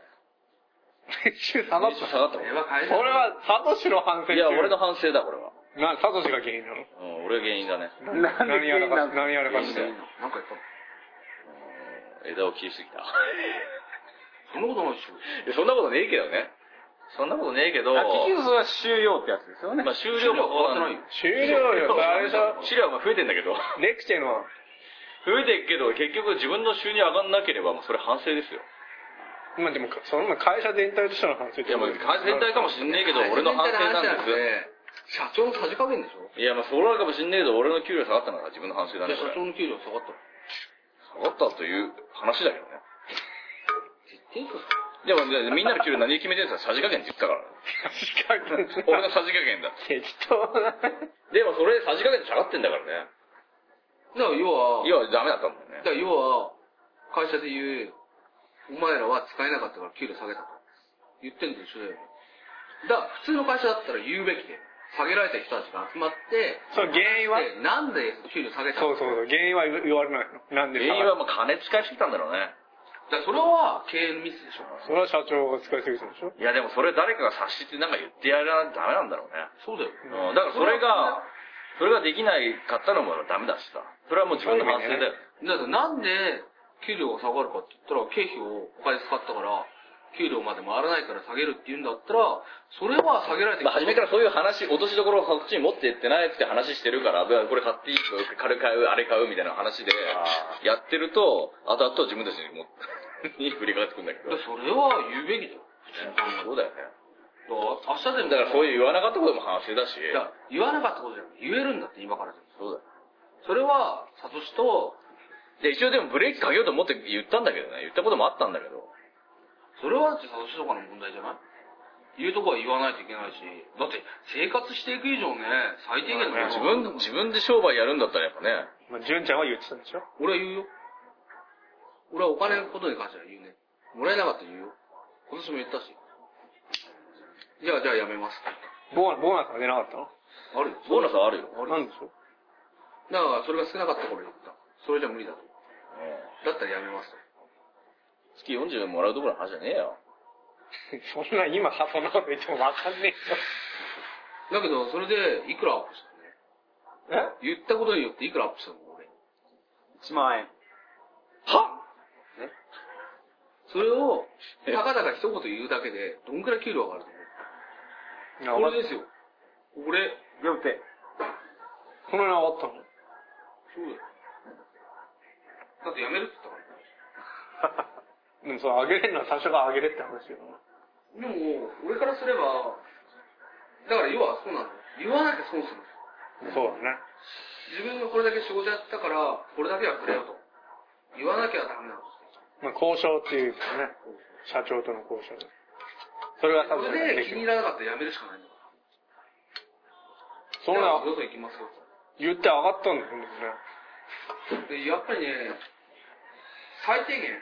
[SPEAKER 1] 下がっ
[SPEAKER 2] 年収下がったこ
[SPEAKER 4] それは
[SPEAKER 2] と
[SPEAKER 1] た。
[SPEAKER 4] 会社
[SPEAKER 1] それは、サトシの反省
[SPEAKER 2] ある。いや、俺の反省だ、これは。
[SPEAKER 1] な、サトシが原因なの
[SPEAKER 2] うん、俺が原因だね。
[SPEAKER 3] なんで
[SPEAKER 1] 何やらか
[SPEAKER 3] 原因
[SPEAKER 1] し、何やら
[SPEAKER 3] なの
[SPEAKER 1] かして。
[SPEAKER 4] なんかやっぱ、
[SPEAKER 2] 枝を切りすぎた。
[SPEAKER 4] そんなことないでしょ。
[SPEAKER 2] いやそんなことねえけどね。そんなことねえけど、
[SPEAKER 3] あ結局それは収容ってやつですよね
[SPEAKER 2] まあ、終了も
[SPEAKER 4] 終わってないよ
[SPEAKER 1] 終了よ、あれだ。
[SPEAKER 2] 資料は増えてんだけど。
[SPEAKER 1] レクチェの、
[SPEAKER 2] 増えてっけど、結局自分の収入上がんなければ、もうそれ反省ですよ。
[SPEAKER 1] まあでも、その会社全体としての反省
[SPEAKER 2] いや、まあ、全体かもしんねえけど、俺の反省なんです
[SPEAKER 4] ね。社長のさじ加減でしょ。
[SPEAKER 2] いや、まあ、それはかもしんねえけど、俺の給料下がったのが自分の反省だ
[SPEAKER 4] い
[SPEAKER 2] ね、
[SPEAKER 4] や
[SPEAKER 2] こ
[SPEAKER 4] 社
[SPEAKER 2] れ。
[SPEAKER 4] 長の給料下がったら。
[SPEAKER 2] 下がったという話だけどね。
[SPEAKER 4] 徹底です
[SPEAKER 2] でも、でみんなの給料何決めてるんですかさじ加減って言ったから。
[SPEAKER 1] 確かに。
[SPEAKER 2] 俺のさじ加減だ。
[SPEAKER 1] 適当な。
[SPEAKER 2] でも、それでさじ加減で下がってんだからね。
[SPEAKER 4] だから要は、
[SPEAKER 2] いや、ダメだったんだよね
[SPEAKER 4] だか。ら要は、会社で言う、お前らは使えなかったから給料下げたと。言ってんのと一緒だよ。だから普通の会社だったら言うべきで、下げられた人たちが集まって、
[SPEAKER 1] そう、原因は
[SPEAKER 4] でなんで給料下げた
[SPEAKER 1] そう
[SPEAKER 4] の
[SPEAKER 1] そうそう、原因は言われないの。なんで
[SPEAKER 2] 原因はもう金使いすぎたんだろうね。
[SPEAKER 4] だからそれは経営のミスでしょ。
[SPEAKER 1] それは社長が使いすぎたんでしょ
[SPEAKER 2] いや、でもそれ誰かが察してなんか言ってやらないとダメなんだろうね。
[SPEAKER 4] そうだよ。
[SPEAKER 2] うん、だからそれが、それができないかったのもダメだしさ。それはもう自分の反省だよ。
[SPEAKER 4] だからなんで給料が下がるかって言ったら、経費をお金使ったから、給料まで回らないから下げるって言うんだったら、それは下げられて
[SPEAKER 2] まあ、初めからそういう話、落としどころをこっちに持ってってないって話してるから、これ買っていいこれ買う、あれ買うみたいな話で、やってると、後々自分たちにも、に振りかかって くるんだけ
[SPEAKER 4] いや
[SPEAKER 2] ど。
[SPEAKER 4] それは言うべきだよ。
[SPEAKER 2] そうだよね。
[SPEAKER 4] だから明日でも
[SPEAKER 2] だからそういう言わなかったことも反省だし。
[SPEAKER 4] いや、言わなかったことじゃん。言えるんだって、今からでも。
[SPEAKER 2] そうだよ。
[SPEAKER 4] それは、サトシと、
[SPEAKER 2] で、一応でもブレーキかけようと思って言ったんだけどね。言ったこともあったんだけど。
[SPEAKER 4] それはだってサトシとかの問題じゃない言うとこは言わないといけないし、だって生活していく以上ね、最低限の
[SPEAKER 2] 自分、自分で商売やるんだったらやっぱね。
[SPEAKER 1] まあ、純ちゃんは言ってたんでしょ
[SPEAKER 4] 俺は言うよ。俺はお金のことに関しては言うね。もらえなかったら言うよ。今年も言ったし。じゃあ、じゃあやめます。
[SPEAKER 1] ボーナボーナスが出なかったの
[SPEAKER 4] あるよ。
[SPEAKER 2] ボーナスはあるよ。
[SPEAKER 1] なんでしょ
[SPEAKER 4] だから、それが少なかった頃言った。それじゃ無理だと。だったらやめますと。
[SPEAKER 2] 月40もらうところの話じゃねえよ。
[SPEAKER 1] う そんな今、そんなこと言ってもわかんねえじ
[SPEAKER 4] だけど、それで、いくらアップしたのね。
[SPEAKER 1] ゃん。え
[SPEAKER 4] 言ったことによっていくらアップしたの俺。
[SPEAKER 3] 1万円
[SPEAKER 2] は
[SPEAKER 4] それを、たかだか一言言うだけで、どんくらい給料上がる
[SPEAKER 1] い
[SPEAKER 4] と
[SPEAKER 1] や、
[SPEAKER 4] 思うこ
[SPEAKER 1] 俺
[SPEAKER 4] れですよ。俺、
[SPEAKER 3] でもって
[SPEAKER 1] この辺上がったの
[SPEAKER 4] そうだよ。だって辞めるって言ったから。
[SPEAKER 1] でもそう、上げれるのは最初から上げれって話よ。
[SPEAKER 4] でも、俺からすれば、だから要はそうなの。言わなきゃ損するの。
[SPEAKER 1] そうだね。
[SPEAKER 4] 自分がこれだけ仕事やったから、これだけはくれよと。言わなきゃダメなの。
[SPEAKER 1] まあ、交渉っていうんですよね。社長との交渉で。それが多
[SPEAKER 4] そ
[SPEAKER 1] 分
[SPEAKER 4] れで
[SPEAKER 1] で
[SPEAKER 4] 気
[SPEAKER 1] き
[SPEAKER 4] に
[SPEAKER 1] る。
[SPEAKER 4] 入らなかったら辞めるしかないんだから。
[SPEAKER 1] そん
[SPEAKER 4] じゃ
[SPEAKER 1] な
[SPEAKER 4] あ、どうぞ行きますよと。
[SPEAKER 1] 言って上がったんだよね。
[SPEAKER 4] で、やっぱりね、最低限、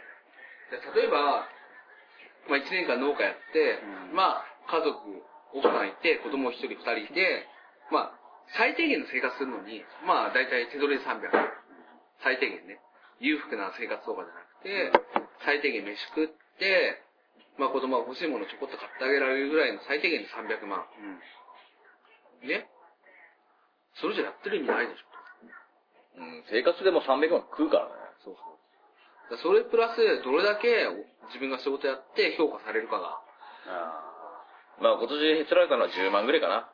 [SPEAKER 4] で例えば、まあ、1年間農家やって、まあ、家族、奥さんいて、子供1人、2人いて、まあ、最低限の生活するのに、まあ、大体手取りで300。最低限ね。裕福な生活とかじゃなくて、最低限飯食って、まあ、子供が欲しいものちょこっと買ってあげられるぐらいの最低限で300万。ね。それじゃやってる意味ないでしょ。
[SPEAKER 2] うん、生活でも300万食うからね。
[SPEAKER 4] そうそう。それプラス、どれだけ自分が仕事やって評価されるかが。
[SPEAKER 2] まあ今年減られたのは10万ぐらいかな。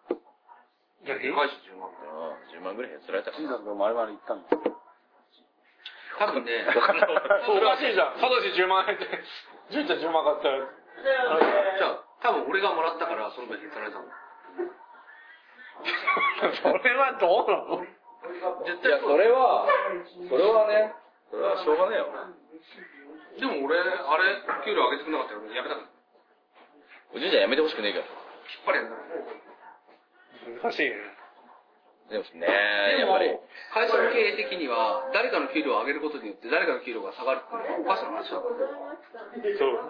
[SPEAKER 1] じゃあ
[SPEAKER 4] でかいし、10万。
[SPEAKER 2] うん、10万ぐらい減られたか
[SPEAKER 3] ジー
[SPEAKER 2] な。
[SPEAKER 3] ザスが丸々言ったんですよ
[SPEAKER 4] 多分 ね、
[SPEAKER 1] そうおかしいじゃん。サトシ10万円って。純ちゃん10万買ったら。
[SPEAKER 4] じゃあ、多分俺がもらったから、その分減られたの。
[SPEAKER 1] それはどうなの
[SPEAKER 4] 絶
[SPEAKER 2] いや、
[SPEAKER 4] 対
[SPEAKER 2] そ
[SPEAKER 4] そう。
[SPEAKER 2] れは、それはね、それはしょうがねえよ。
[SPEAKER 4] でも俺、あれ、給料上げてくれなかったから、やめたから。
[SPEAKER 2] おじいちゃんやめてほしくねえから。
[SPEAKER 4] 引っ張りやめたから。
[SPEAKER 1] 難しいね。
[SPEAKER 2] でもね、やっぱり。
[SPEAKER 4] 会社の経営的には、誰かの給料を上げることによって、誰かの給料が下がるっていうのはおかしな話だ
[SPEAKER 1] そ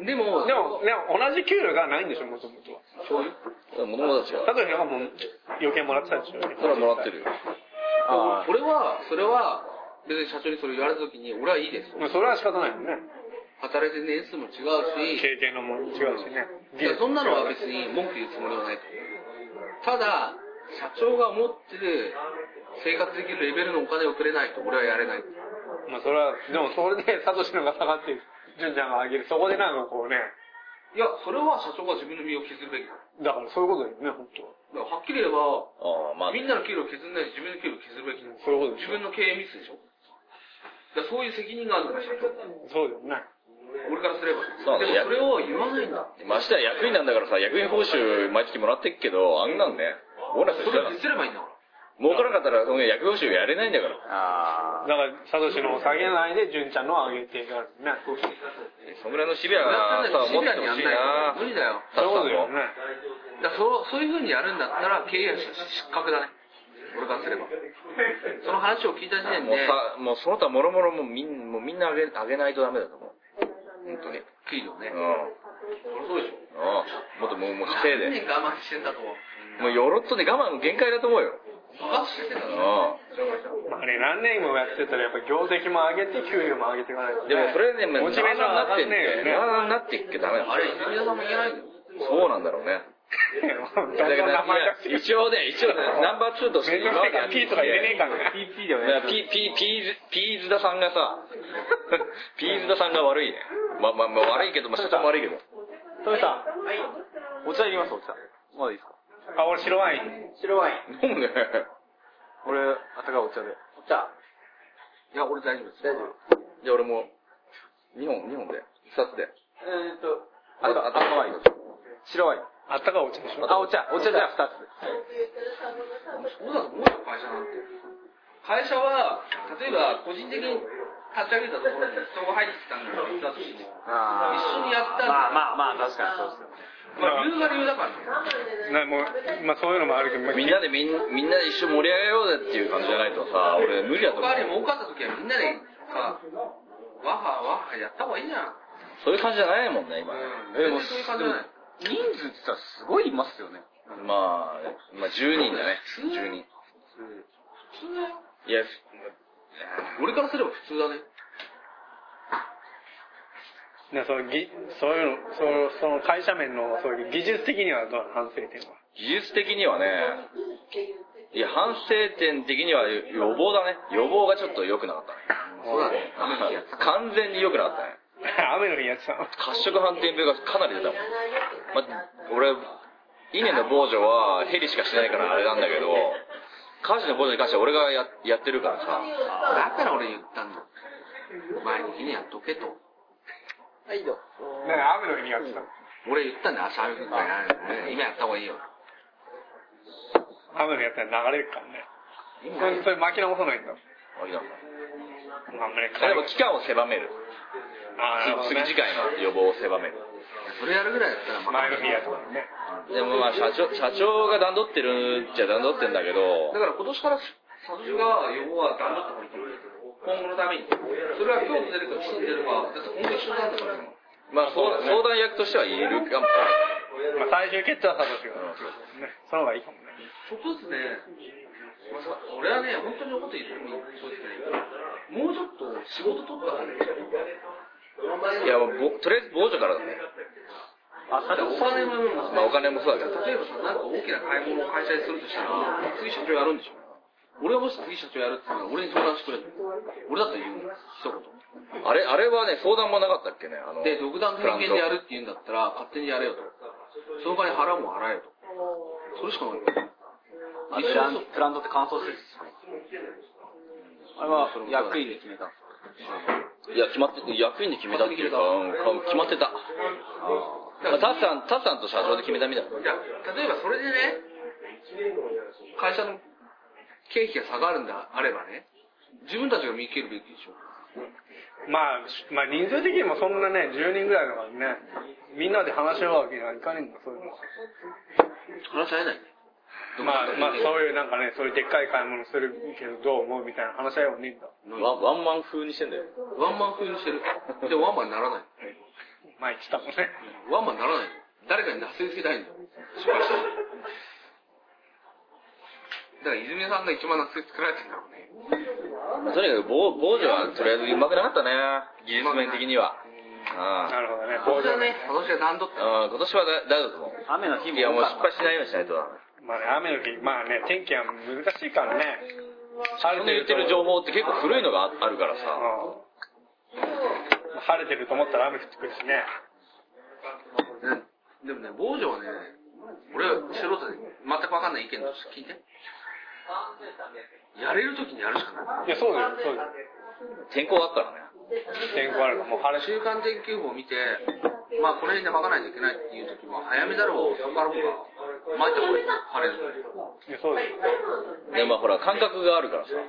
[SPEAKER 1] うね。
[SPEAKER 4] でも、
[SPEAKER 1] でも、でも同じ給料がないんでしょ、もともとは。
[SPEAKER 4] そういう。
[SPEAKER 2] 子供たちが、
[SPEAKER 1] 佐藤がもう余計もらってたでしょ。
[SPEAKER 2] それはもらってるよ。
[SPEAKER 3] あ
[SPEAKER 4] 俺は、それは、別に社長にそれ言われた時に、俺はいいですと。
[SPEAKER 1] まあそれは仕方ないよね。
[SPEAKER 4] 働いてる年数も違うし、
[SPEAKER 1] 経験のもん違うしね。
[SPEAKER 4] いやそんなのは別に文句言うつもりはないと。ただ、社長が持ってる生活できるレベルのお金をくれないと俺はやれない。
[SPEAKER 1] まあそれは、でもそれで、サトシのが下がって、純ちゃんが上げる。そこでなんかこうね、
[SPEAKER 4] いや、それは社長が自分の身を削るべきだ。
[SPEAKER 1] だからそういうことだよね、本当は。
[SPEAKER 4] だからはっきり言えば、
[SPEAKER 2] ああ、まあ、
[SPEAKER 4] みんなの給料削んないし、自分の給料削るべきだ。
[SPEAKER 1] そういうことでしょ。
[SPEAKER 4] 自分の経営ミスでしょだからそういう責任があるんだから、社長。
[SPEAKER 1] そうだよね。
[SPEAKER 4] 俺からすれば。
[SPEAKER 2] そう
[SPEAKER 4] で
[SPEAKER 2] ね
[SPEAKER 4] もそれを言わないんだ。
[SPEAKER 2] ましてや役員なんだからさ、役員報酬毎月もらってっけど、あんなんね、ボーナス
[SPEAKER 4] それ
[SPEAKER 2] し
[SPEAKER 4] は
[SPEAKER 2] たら、
[SPEAKER 4] 実すればいいんだから。
[SPEAKER 2] 儲からなかったら、その役員報酬やれないんだから。
[SPEAKER 3] あ
[SPEAKER 1] だから、サトシのを下げないで、純ちゃんのを上げていかないとね。
[SPEAKER 2] そんぐらいのシビア
[SPEAKER 4] な
[SPEAKER 2] なさ、
[SPEAKER 4] シ
[SPEAKER 2] 持っ
[SPEAKER 4] ビア
[SPEAKER 2] て
[SPEAKER 4] に
[SPEAKER 2] ほ
[SPEAKER 4] やん
[SPEAKER 2] しい
[SPEAKER 4] ない
[SPEAKER 2] な
[SPEAKER 4] と無理だよ。
[SPEAKER 1] そういうことだよね。
[SPEAKER 4] だからそうそういう風にやるんだったら経営者として失格だね俺からすればその話を聞いた時点
[SPEAKER 2] もう
[SPEAKER 4] で
[SPEAKER 2] さ、もうその他もろもろもうみんもうみんなあげあげないとダメだと思う。本当に。うん。
[SPEAKER 4] 給料ね
[SPEAKER 2] う
[SPEAKER 4] そうでしょ
[SPEAKER 2] ん。もっともう、もう家庭で。
[SPEAKER 4] 何年我慢してんだと思う
[SPEAKER 2] もうよろっとね、我慢の限界だと思うよ。
[SPEAKER 4] 我慢してんだと
[SPEAKER 2] う。
[SPEAKER 4] 思うん
[SPEAKER 1] まあね、何年もやってたら、やっぱ業績も上げて、給料も上げていかないと、ね。
[SPEAKER 2] でもそれね、まあ
[SPEAKER 1] モチベーション上がんねえよね
[SPEAKER 2] なあなあになっていっけダメなの
[SPEAKER 4] あれ泉田さんも言えないんだよ
[SPEAKER 2] そうなんだろうね。
[SPEAKER 1] どん
[SPEAKER 2] だけ
[SPEAKER 1] どん
[SPEAKER 2] ど
[SPEAKER 1] 名前が
[SPEAKER 2] いや一応ね、一応ね、ナンバー2として
[SPEAKER 1] めんどくせえから、P とか入れねえからね。
[SPEAKER 3] あ。PP では
[SPEAKER 2] ね
[SPEAKER 3] ね。
[SPEAKER 2] ピピピーズピーズダさん がさ、ピーズダさんが悪いね。ままま悪いけど、ま社長も悪いけど。
[SPEAKER 3] 富さん。お茶いります、お茶。まだいいですか
[SPEAKER 1] あ、俺白ワイン。
[SPEAKER 5] 白ワイン。
[SPEAKER 2] 飲むね。
[SPEAKER 3] 俺、あったかいお茶で。
[SPEAKER 5] お茶。
[SPEAKER 4] いや俺大丈夫です
[SPEAKER 5] 大丈夫。
[SPEAKER 2] じゃあ俺も、2本、2本で、2つで。
[SPEAKER 5] えーっと、
[SPEAKER 2] あ
[SPEAKER 3] あったかい
[SPEAKER 2] あ
[SPEAKER 3] 白ワイン。
[SPEAKER 1] あったかいお茶でしょ。
[SPEAKER 3] あ、お茶。お茶じゃあ2つ。
[SPEAKER 4] そうだと思うよ会社なんて会社は例えば個人的に立ち上げたところに人が入ってきたんだから言ったとしても
[SPEAKER 3] あー
[SPEAKER 4] 一緒にやったんだ
[SPEAKER 3] まあまあまあ、確かにそうですよね。
[SPEAKER 4] まあ理由が理由だからね
[SPEAKER 1] なもうまあ、そういうのもあるけど、まあ
[SPEAKER 2] みんなでみんみんなで一緒盛り上げようぜっていう感じじゃないとさ、俺無理だと
[SPEAKER 4] お
[SPEAKER 2] 思
[SPEAKER 4] 金
[SPEAKER 2] う。
[SPEAKER 4] 儲かった時はみんなでさわはわはやった方がいいじゃん
[SPEAKER 2] そういう感じじゃないもんね、今。
[SPEAKER 4] うん、全然そういう感じじゃない。
[SPEAKER 3] 人数ってさ、すごいいますよね。
[SPEAKER 2] まあ、まあ10人だね。10人。
[SPEAKER 4] 普通だよ。
[SPEAKER 2] いや、
[SPEAKER 4] 俺からすれば普通だね。
[SPEAKER 1] ねそのぎそういうのそのその会社面のそういう技術的にはどうなの反省点は
[SPEAKER 2] 技術的にはね、いや、反省点的には予防だね。予防がちょっと良くなかったね。
[SPEAKER 4] そうだね。あの日やった。
[SPEAKER 2] 完全に良くなかったね。
[SPEAKER 1] 雨の日やってたの
[SPEAKER 2] 褐色斑点病がかなり出たもん。ま、俺、稲の防除はヘリしかしないからあれなんだけど、火事の防除に関しては俺がややってるからさ、
[SPEAKER 4] だから俺言ったんだ。前の日にやっとけと。
[SPEAKER 5] はい、どう
[SPEAKER 1] ね雨の日にやってたの
[SPEAKER 4] 俺言ったんだ、朝雨降ったら、ね、今やった方がいいよ。
[SPEAKER 1] 雨の日やったら流れるからね
[SPEAKER 4] 今
[SPEAKER 1] それそれ巻き直さないんだ
[SPEAKER 2] あれだ
[SPEAKER 1] まあね
[SPEAKER 2] それも期間を狭める。
[SPEAKER 1] ああなるほど
[SPEAKER 2] 次
[SPEAKER 1] ね
[SPEAKER 2] 次回の予防を狭める。
[SPEAKER 4] それやるぐらいだったら、まあ、
[SPEAKER 1] 前の日やったのね
[SPEAKER 2] でもまあ社長、社長が段取ってるっちゃ段取ってんだけど
[SPEAKER 4] だ、から今年から、サトシが予防は頑張った方がいいと思う。今後のために。それは今日出るか、死んでるか、だって今後一緒なんだから。
[SPEAKER 2] まあ相相談役としてはいるかも。
[SPEAKER 1] まあ最終決定はサトシがねその方がいいかもね
[SPEAKER 4] ちょっとずつね、まあさ、俺はね、本当にこと言っても正直ね、もうちょっと仕事取った方がいい。
[SPEAKER 2] いや、もうぼとりあえず防除からだね。
[SPEAKER 4] あ、だってお金もも
[SPEAKER 2] まあお金もそうだけど。
[SPEAKER 4] 例えばさ、なんか大きな買い物を会社にするとしたら、次社長やるんでしょ俺がもし次社長やるって言ったら、俺に相談してくれる俺だったら言うんだよ一言。
[SPEAKER 2] あれ、あれはね、相談もなかったっけね。あの
[SPEAKER 4] で、独断
[SPEAKER 2] プラ
[SPEAKER 4] 偏
[SPEAKER 2] ン
[SPEAKER 4] 見
[SPEAKER 2] と
[SPEAKER 4] でやるって言うんだったら、勝手にやれよと。その代わり払うもん払えよと。それしかないよ。
[SPEAKER 3] あ
[SPEAKER 4] 一
[SPEAKER 3] プ
[SPEAKER 4] 緒
[SPEAKER 3] ラ
[SPEAKER 4] に
[SPEAKER 3] ンプランドって乾燥室ですよね。あれは役員で決めたんですか
[SPEAKER 2] いや、決まって、役員で決めたっていうか、うんか決まってた。まあ、タッさん、タッさんと社長で決めたみたいな。
[SPEAKER 4] いや、例えばそれでね、会社の経費が下がるんであればね、自分たちが見切るべきでしょ。
[SPEAKER 1] まあしまあ人数的にもそんなね10人ぐらいのからねみんなで話し合うわけにはいかねえんだそういうのは
[SPEAKER 4] 話し合えないね。
[SPEAKER 1] まあ、まあ、そういうなんかね、そういうでっかい買い物するけど、どう思うみたいな話し合いはねえんだ。
[SPEAKER 2] ワンワンマン風にしてんだよ。
[SPEAKER 4] ワンマン風にしてる。で、ワンマンにならない。
[SPEAKER 1] 前言ってたもんね。
[SPEAKER 4] ワンマンにならないよ。誰かになすりつけたいんだよ。失敗した。だから、泉さんが一番なすりつけられてんだろうね。
[SPEAKER 2] とにかく、防防除はとりあえずうまくなかったね。技術面的には。
[SPEAKER 1] な
[SPEAKER 2] あ
[SPEAKER 1] るほどね。
[SPEAKER 4] 今年はね、今年は段取った。
[SPEAKER 2] あ今年はだ大丈夫だと思う。
[SPEAKER 5] 雨の日
[SPEAKER 2] い
[SPEAKER 5] も
[SPEAKER 2] や、もう
[SPEAKER 5] 多か
[SPEAKER 2] 失
[SPEAKER 5] った
[SPEAKER 2] 敗しないようにしないとだ。
[SPEAKER 1] まあね、雨の日、まあね、天気は難しいからね。晴
[SPEAKER 2] 自分で言ってる情報って結構古いのがああるから
[SPEAKER 1] う
[SPEAKER 2] さ。
[SPEAKER 1] ん晴れてると思ったら雨降ってくるしね。
[SPEAKER 4] ねでもね、防除はね、俺は素人で全く分かんない意見として聞いて。やれるときにやるしかない。
[SPEAKER 1] いや、そうだよ、そうだよ。
[SPEAKER 2] 天候があったらね。
[SPEAKER 1] 天候あるから、もう晴れて
[SPEAKER 4] 週間天気予報を見て、まあこの辺で分かんないといけないっていうときは、早めだろう、遅かろうが、巻いた方がいい。晴れる。
[SPEAKER 1] いや、そうだよ。
[SPEAKER 2] で、まあほら、感覚があるからさ。とり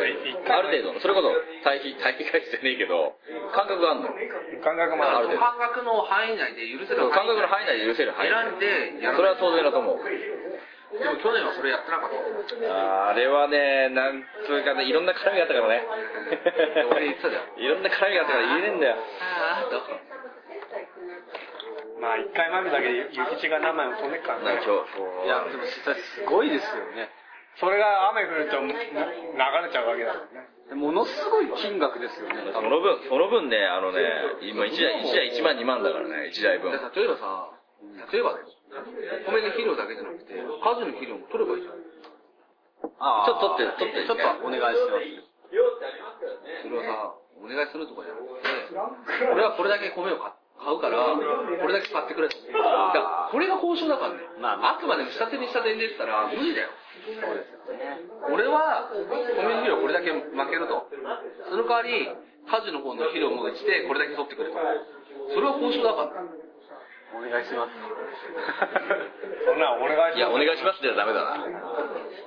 [SPEAKER 2] あえずある程度の、それこそ、対比、対比返してねえけど、感覚があるのよ。
[SPEAKER 1] 感覚も
[SPEAKER 2] あ
[SPEAKER 1] あ
[SPEAKER 2] る
[SPEAKER 1] る。
[SPEAKER 2] 程
[SPEAKER 4] 感
[SPEAKER 2] 度
[SPEAKER 4] 覚の範囲内で許せる
[SPEAKER 2] 感覚の範
[SPEAKER 4] 囲
[SPEAKER 2] 囲内で許せる範囲
[SPEAKER 4] 選んでやる
[SPEAKER 2] それは当然だと思
[SPEAKER 4] 内。
[SPEAKER 2] う。
[SPEAKER 4] でも去年はそれやってなかった。
[SPEAKER 2] あれはね、なんつうかね、いろんな絡みがあったからね。
[SPEAKER 4] 俺言ってたじゃん
[SPEAKER 2] いろんな絡みがあったから言えねえんだよ。
[SPEAKER 4] ああ、と。
[SPEAKER 1] まあ、一回雨だけで雪地が何枚も飛んでっか
[SPEAKER 2] な
[SPEAKER 1] ら
[SPEAKER 2] ん
[SPEAKER 1] ね。
[SPEAKER 2] か今
[SPEAKER 5] いや、でも実際すごいですよね。
[SPEAKER 1] それが雨降るとも流れちゃうわけだから ね。
[SPEAKER 5] ものすごい金額ですよね。
[SPEAKER 2] 日、その分、その分ね、あのね、今1台、1台1万2万だからね、1台分。
[SPEAKER 4] で例えばさ、例えばだよ。米の肥料だけじゃなくて、数の肥料も取ればいいじゃん。
[SPEAKER 5] あー
[SPEAKER 2] ちょっと取って取って
[SPEAKER 5] ちょっとお願いします。
[SPEAKER 4] それはさ、お願いするとかじゃなくて、俺はこれだけ米を買買うから、これだけ買ってくれと。だから、これが交渉だからね。
[SPEAKER 5] まあ
[SPEAKER 4] あ、くまでも下手に下手に出てたら無理だよ。俺は、米の肥料これだけ負けると。その代わり、家事の方の肥料もうちでこれだけ取ってくれと。それは交渉だからね。
[SPEAKER 5] お願いします。
[SPEAKER 1] そんなんお願い
[SPEAKER 2] い
[SPEAKER 1] し
[SPEAKER 2] や、お
[SPEAKER 1] ます。
[SPEAKER 2] 願いしますってダメだな。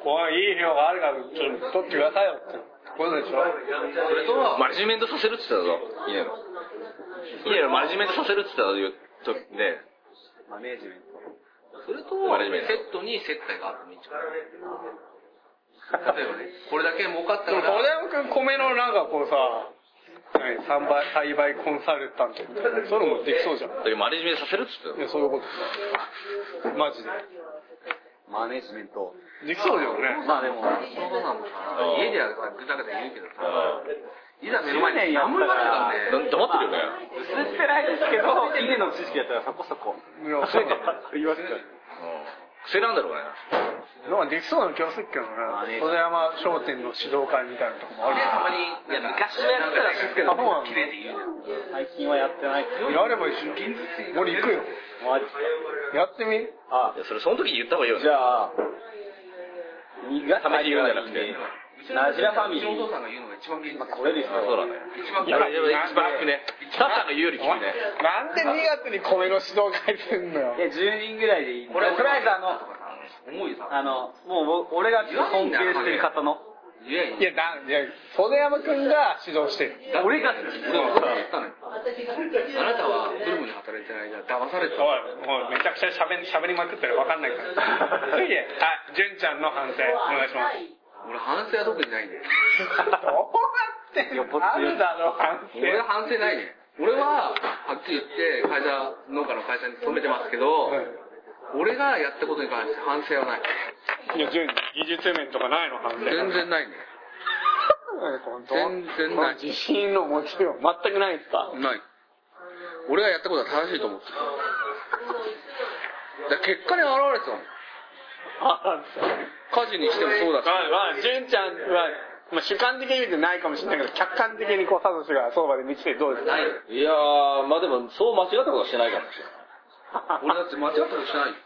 [SPEAKER 1] こういい量があるから、ちょっと取ってくださいよって。ことでしょ。
[SPEAKER 4] それとは、
[SPEAKER 2] マネジメントさせるって言ってたぞ、いやいやマネジメントさせるって言ってたぞ、言うとね。
[SPEAKER 5] マネージメント。
[SPEAKER 4] それと、
[SPEAKER 2] マネジメント
[SPEAKER 4] セットに接待があってもいいんじゃない例えばね、これだけ儲かった
[SPEAKER 1] でも、
[SPEAKER 4] か
[SPEAKER 1] 小
[SPEAKER 4] ら、
[SPEAKER 1] 田君、米のなんかこうさ、何三倍、栽培コンサルタントみたいな。そういうのもできそうじゃん。
[SPEAKER 2] だけどマネジメントさせるって言って
[SPEAKER 1] い
[SPEAKER 2] た
[SPEAKER 1] や、そ
[SPEAKER 2] ぞ。
[SPEAKER 1] ういうことだマジで。
[SPEAKER 5] マネージメント。
[SPEAKER 1] できそうだよね。
[SPEAKER 5] まあでも、
[SPEAKER 4] そのさんもさ、家ではぐだぐだ言うけどさ、いざ目の前
[SPEAKER 5] 10年
[SPEAKER 4] に
[SPEAKER 5] や
[SPEAKER 4] 何も
[SPEAKER 5] った
[SPEAKER 4] 言わ
[SPEAKER 5] ら
[SPEAKER 4] ないからね。
[SPEAKER 2] な黙ってるよね。
[SPEAKER 5] 薄っぺらいですけど、稲の知識やったらそこそ こ。
[SPEAKER 1] いや、そうだよ。
[SPEAKER 5] 言わせて
[SPEAKER 2] うん癖なんだろうね。
[SPEAKER 1] なんかできそうな気がするけどな。
[SPEAKER 5] ね
[SPEAKER 1] 小田山商店の指導会みたいなとこもあ
[SPEAKER 4] 俺
[SPEAKER 1] る
[SPEAKER 4] たまに、いや、昔のやつらですけど、綺麗で言うじゃん。
[SPEAKER 5] 最近はやってない。
[SPEAKER 1] し。やればいいし。俺行くよ。
[SPEAKER 5] マジか。
[SPEAKER 1] やってみ
[SPEAKER 5] あ
[SPEAKER 2] い、やそれその時に言った方がいいよね
[SPEAKER 5] じ。ゃあ、
[SPEAKER 2] 試しに
[SPEAKER 5] 2月
[SPEAKER 2] 言うんじゃなくて
[SPEAKER 5] ナジラファミリ
[SPEAKER 4] うちのお父。
[SPEAKER 5] ー
[SPEAKER 4] さんが言うのが一番現実
[SPEAKER 5] まあ、これですよ。
[SPEAKER 2] そうだね。
[SPEAKER 4] 一番
[SPEAKER 2] いや、でも一番聞くね。サッさんが言うより聞くね。
[SPEAKER 1] なんで2月に米の指導会すんのよ
[SPEAKER 5] い。や、10人ぐらいでいい。と
[SPEAKER 4] こ
[SPEAKER 5] り
[SPEAKER 4] れ
[SPEAKER 5] あえずあの、
[SPEAKER 4] 思いさ、
[SPEAKER 5] あの、もう僕俺が尊敬してる方の、
[SPEAKER 4] いやい
[SPEAKER 1] い
[SPEAKER 4] や、
[SPEAKER 1] や、だ、いや、袖山くんが指導してる。
[SPEAKER 5] 俺が、
[SPEAKER 4] 俺は言ったのよ。あなたはブルムに働いてない間、騙されてた。
[SPEAKER 1] もうめちゃくちゃ喋り喋りまくってる。わかんないから。次で、はい、純ちゃんの反省、お願いします。
[SPEAKER 4] 俺反省は特にない
[SPEAKER 1] ど
[SPEAKER 4] ね。
[SPEAKER 1] うやってあるだろう、反省。
[SPEAKER 4] 俺は反省ないね。俺は、はっきり言って、会社、農家の会社に勤めてますけど、俺がやったことに関して反省はない。
[SPEAKER 1] いや、純、技術面とかないの、反省。
[SPEAKER 4] 全然ないね。
[SPEAKER 1] 本当
[SPEAKER 4] 全然ない
[SPEAKER 1] 自信の持ちよう全くないっすか
[SPEAKER 4] ない。俺がやったことは正しいと思ってる。だから結果に現れてたもん。
[SPEAKER 1] あ
[SPEAKER 4] 家事にしてもそうだし。
[SPEAKER 1] まあ純ちゃんは、まあ、主観的に見てないかもしれないけど客観的にこうサトシが相場で見ててどうですか
[SPEAKER 4] ないよ。
[SPEAKER 2] いやー、まあでも、そう間違ったことはしてないかもしれない。
[SPEAKER 4] 俺だって間違ったことしないよ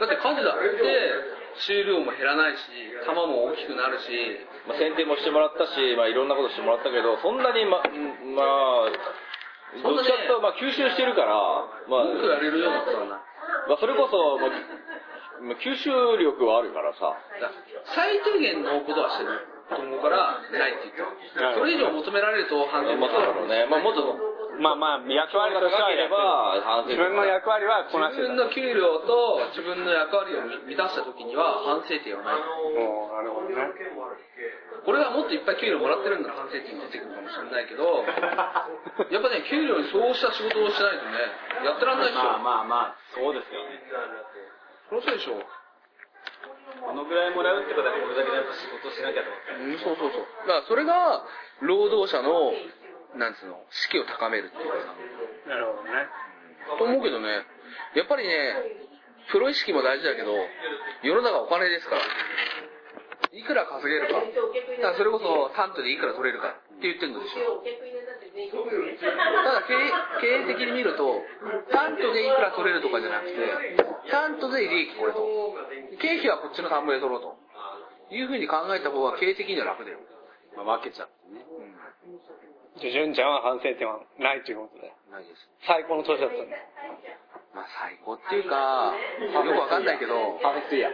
[SPEAKER 4] だって家事だって収量も減らないし玉も大きくなるし
[SPEAKER 2] まあ、選定もしてもらったし、まあいろんなことしてもらったけど、そんなにま、んまあ、
[SPEAKER 4] そんな
[SPEAKER 2] ど
[SPEAKER 4] ね
[SPEAKER 2] っちかっていうと、まあ吸収してるから、まあ、
[SPEAKER 4] 文句やれるようなことはない
[SPEAKER 2] まあそれこそ、まあ、まあ吸収力はあるからさ。
[SPEAKER 4] だ最低限のことはしてると思うからないって言ったそれ以上求められると反
[SPEAKER 2] まあ
[SPEAKER 4] 省
[SPEAKER 2] そうだろうね。まあもっと、
[SPEAKER 3] まあまあ、役割としてはやってる
[SPEAKER 2] ば、
[SPEAKER 3] 自分の役割はこなし
[SPEAKER 4] 自
[SPEAKER 3] てた
[SPEAKER 4] 分。の給料と自分の役割を満たした時には反省点はない。
[SPEAKER 1] おーなるほどね。
[SPEAKER 4] 俺はもっといっぱい給料もらってるんだら反省点出てくるかもしれないけ ど、やっぱね、給料にそうした仕事をしないとね、やってらんないでしょ。
[SPEAKER 3] まあまあまあ、そうですよね。
[SPEAKER 4] そりゃそうでしょ。
[SPEAKER 3] このぐらいもらうってことは、これだけやっぱ仕事しなきゃと
[SPEAKER 4] うん、そう
[SPEAKER 3] 思って。
[SPEAKER 4] そうそう。
[SPEAKER 2] だからそれが、労働者の、なんつうの、士気を高めるっていうか
[SPEAKER 1] なるほどね。
[SPEAKER 2] さ、と思うけどね、やっぱりね、プロ意識も大事だけど、世の中お金ですから、いくら稼げるか、だからそれこそ単価でいくら取れるかって言ってるのでしょ。ただ経営経営的に見ると、単価でいくら取れるとかじゃなくて、単価で利益これと。経費はこっちの田んぼで取ろうと。いうふうに考えた方が経営的には楽だよ。
[SPEAKER 3] まあ、分けちゃってね。
[SPEAKER 1] じゃあ、純ちゃんは反省点はないということで。
[SPEAKER 2] ないです。
[SPEAKER 1] 最高の年だったね。
[SPEAKER 2] まあ最高っていうか、よくわかんないけど、
[SPEAKER 3] パーフェクトイヤー。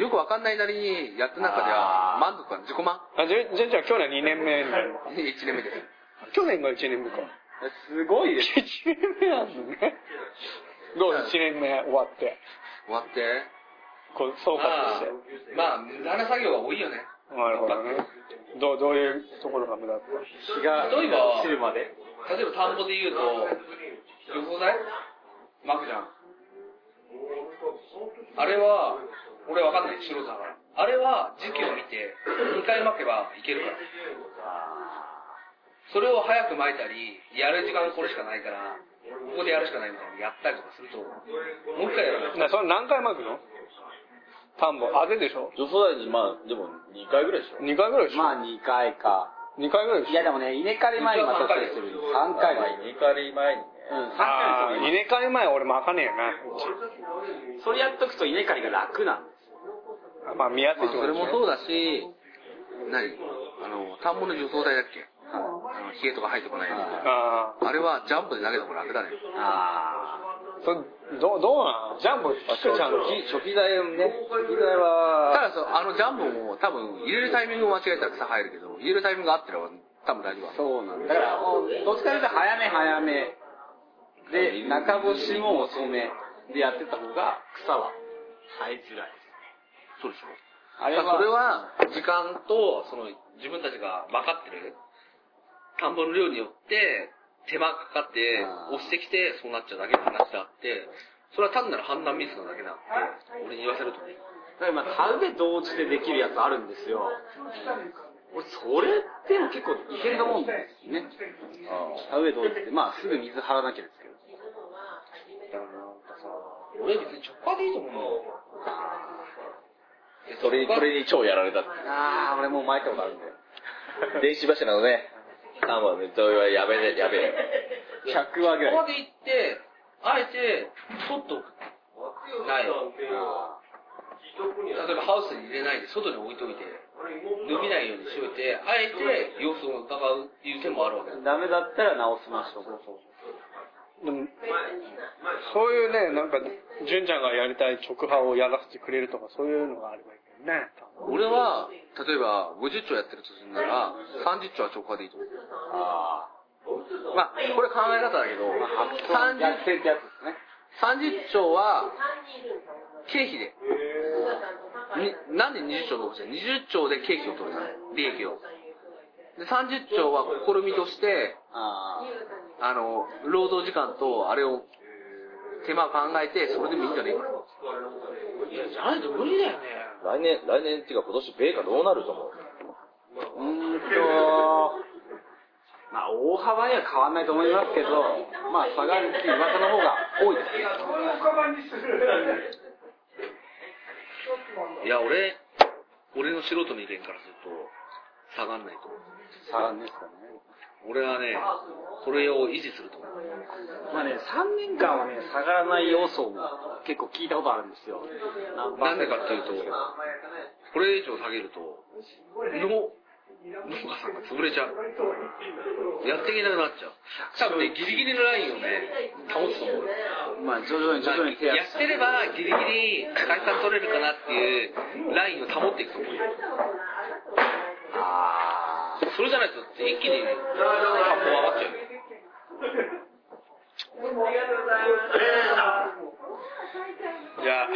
[SPEAKER 2] うん。よくわかんないなりにやった中では満足感、自己満
[SPEAKER 1] あ、純純ちゃんは去年2年目になるのか。
[SPEAKER 2] ?1 年目です。
[SPEAKER 1] 去年が1年目か。
[SPEAKER 3] すごいです。
[SPEAKER 1] 1年目なんだね。どう1年目終わって、
[SPEAKER 2] 終わって。
[SPEAKER 1] こう総括して。
[SPEAKER 4] まあ、まあ、無駄な作業が多いよね。
[SPEAKER 1] なるほどね。どう、どういうところが無駄だった
[SPEAKER 3] 日が
[SPEAKER 4] 例えば
[SPEAKER 3] 落ちるまで。
[SPEAKER 4] 例えば田んぼで言うと、除草剤まくじゃん。あれは、俺わかんない、素人だから。あれは時期を見て、2回まけばいけるから。それを早くまいたり、やる時間これしかないから、ここでやるしかないみたいなのやったりとかすると、もう一回やらないと。
[SPEAKER 1] なそれ何回巻くの田んぼ。あぜでしょ
[SPEAKER 2] 女装大臣、まあでも2回ぐらいでしょ
[SPEAKER 1] ?2 回ぐらいでしょ、
[SPEAKER 3] まあ、2回か。
[SPEAKER 1] ?2 回ぐらいでし
[SPEAKER 3] い
[SPEAKER 1] ょ
[SPEAKER 3] や、でもね、稲刈り前にまたそれする。3回は
[SPEAKER 2] 2回前にね。
[SPEAKER 3] うん、3
[SPEAKER 1] ああ、
[SPEAKER 3] 回です
[SPEAKER 1] 稲刈り前俺巻かねえよ
[SPEAKER 3] よそれやっとくと稲刈りが楽なんで
[SPEAKER 1] な。
[SPEAKER 3] す。
[SPEAKER 1] まあ見やすいっ
[SPEAKER 2] まあ
[SPEAKER 1] てこと
[SPEAKER 2] そ
[SPEAKER 1] で
[SPEAKER 2] れ
[SPEAKER 1] しょ
[SPEAKER 2] もそうだし、何あの、田んぼの除草剤だっけあの、冷えとか入ってこないやつ。
[SPEAKER 1] ああ、
[SPEAKER 2] あれはジャンプで投げた方が楽だね。
[SPEAKER 3] あ
[SPEAKER 1] それ、どう、どうなのジャンボ、ちゃんと。
[SPEAKER 2] 初期代ね、初期代は。ただそう、あのジャンボも多分入れるタイミングを間違えたら草生えるけど、入れるタイミングが合ってれば多分大丈夫だ
[SPEAKER 3] あ、そうなんだ。だから、もう、どっちかというと早め早め。で、中干しも遅めでやってた方が草は生えづらいです。
[SPEAKER 4] そうでしょ
[SPEAKER 3] あれ
[SPEAKER 4] だからそれ
[SPEAKER 3] は、
[SPEAKER 4] は時間とその自分たちが分かってる田んぼの量によって手間がかかって
[SPEAKER 3] あー
[SPEAKER 4] 押してきてそうなっちゃうだけの話であってそれは単なる判断ミスなだけだって俺に言わせるとね
[SPEAKER 3] だから今、田植え同時でできるやつあるんですよ。俺、それでも結構いけると思うんですよね。田植え同時って、まあ、すぐ水張らなきゃですけど。
[SPEAKER 4] 俺別に直感でいいと思うの
[SPEAKER 2] それに、これに超やられたって。
[SPEAKER 3] ああ、俺もう巻いたことあるんで。
[SPEAKER 2] 電子柱のね、3番の動はやべえ、やべえ。
[SPEAKER 3] 100話ぐらい
[SPEAKER 4] こ。まで行ってあえて取っとくない例えばハウスに入れないで外に置いといて伸びないようにしといてあえて様子を伺うっていう手もあるわけだ
[SPEAKER 3] ダメだったら直しましょう。
[SPEAKER 1] でもそういうね、なんか、純ちゃんがやりたい直派をやらせてくれるとか、そういうのがあればいいけどね。
[SPEAKER 2] 俺は、例えば50兆やってるとするなら、30兆は直下でいいと思う。まあ、これ考え方だけど、
[SPEAKER 3] やっ
[SPEAKER 2] 30
[SPEAKER 3] てるってやつですね。
[SPEAKER 2] 30兆は、経費で。になんで20兆僕じゃん ?20 兆で経費を取るじゃない利益を。で、30兆は試みとして、
[SPEAKER 3] あ
[SPEAKER 2] あの、労働時間と、あれを、手間を考えて、それでもいいんじゃねえかな。
[SPEAKER 4] じゃないと無理だよね
[SPEAKER 2] 来年、来年っていうか今年、米価どうなると思う
[SPEAKER 3] ーうーんと、まあ大幅には変わんないと思いますけど、まあ下がるっていう噂の方が多いです。
[SPEAKER 4] いや、俺、俺の素人の意見からすると、下がんないと思う。
[SPEAKER 3] 下がるんですかね。
[SPEAKER 4] 俺はね、これを維持すると思う。
[SPEAKER 3] まあね、3年間はね、下がらない要素も結構聞いたことあるんですよ。
[SPEAKER 4] なんでかっていうと、これ以上下げると、農、農家さんが潰れちゃう。やっていけなくなっちゃう。多分ね、ギリギリのラインをね、保つと思う。
[SPEAKER 3] まあ徐々に徐々に手
[SPEAKER 4] や
[SPEAKER 3] 足。
[SPEAKER 4] ってればギリギリ解散取れるかなっていうラインを保っていくと思うよ。
[SPEAKER 3] あ
[SPEAKER 4] それじゃないと一気に発行上がっちゃうよ
[SPEAKER 1] じゃ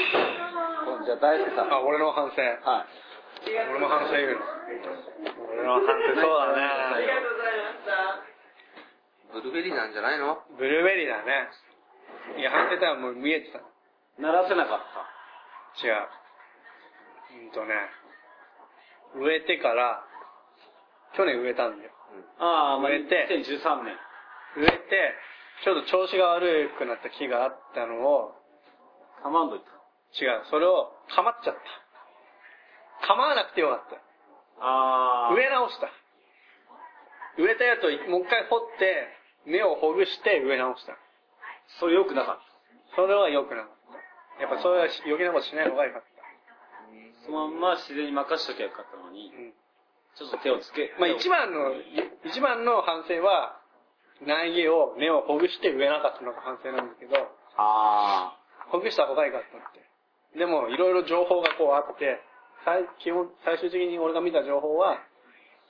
[SPEAKER 3] じゃあ大輔さん
[SPEAKER 1] あ、あ、俺の反省。
[SPEAKER 3] はい
[SPEAKER 1] 俺の反省言うの。俺の反省、そうだね。
[SPEAKER 4] ブルーベリーなんじゃないの
[SPEAKER 1] ブルーベリーだね。いや、反省点はもう見えてた。
[SPEAKER 3] 鳴らせなかっ
[SPEAKER 1] 違う。うんとね、植えてから、去年植えたんだよ。
[SPEAKER 3] たああまあ
[SPEAKER 1] 植えて
[SPEAKER 3] 2013年
[SPEAKER 1] 植えて、ちょっと調子が悪くなった木があったのを、
[SPEAKER 3] カマンド行った
[SPEAKER 1] 違う、それを構っちゃった。構わなくてよかった。
[SPEAKER 3] ああ
[SPEAKER 1] 植え直した。植えたやつをもう一回掘って、根をほぐして植え直した。
[SPEAKER 3] それ良くなかっ
[SPEAKER 1] それは良くなかった。やっぱそういう余計なことしない方が良かった。
[SPEAKER 3] たそのまんま自然に任しときゃよかったの
[SPEAKER 1] う
[SPEAKER 3] に
[SPEAKER 1] ん。
[SPEAKER 3] ちょっと手をつけ
[SPEAKER 1] まあ一番の、一番の反省は、苗木を根をほぐして植えなかったのが反省なんだけど、
[SPEAKER 3] あ
[SPEAKER 1] ほぐした方が良かったって。でも、いろいろ情報がこうあって、最基本最終的に俺が見た情報は、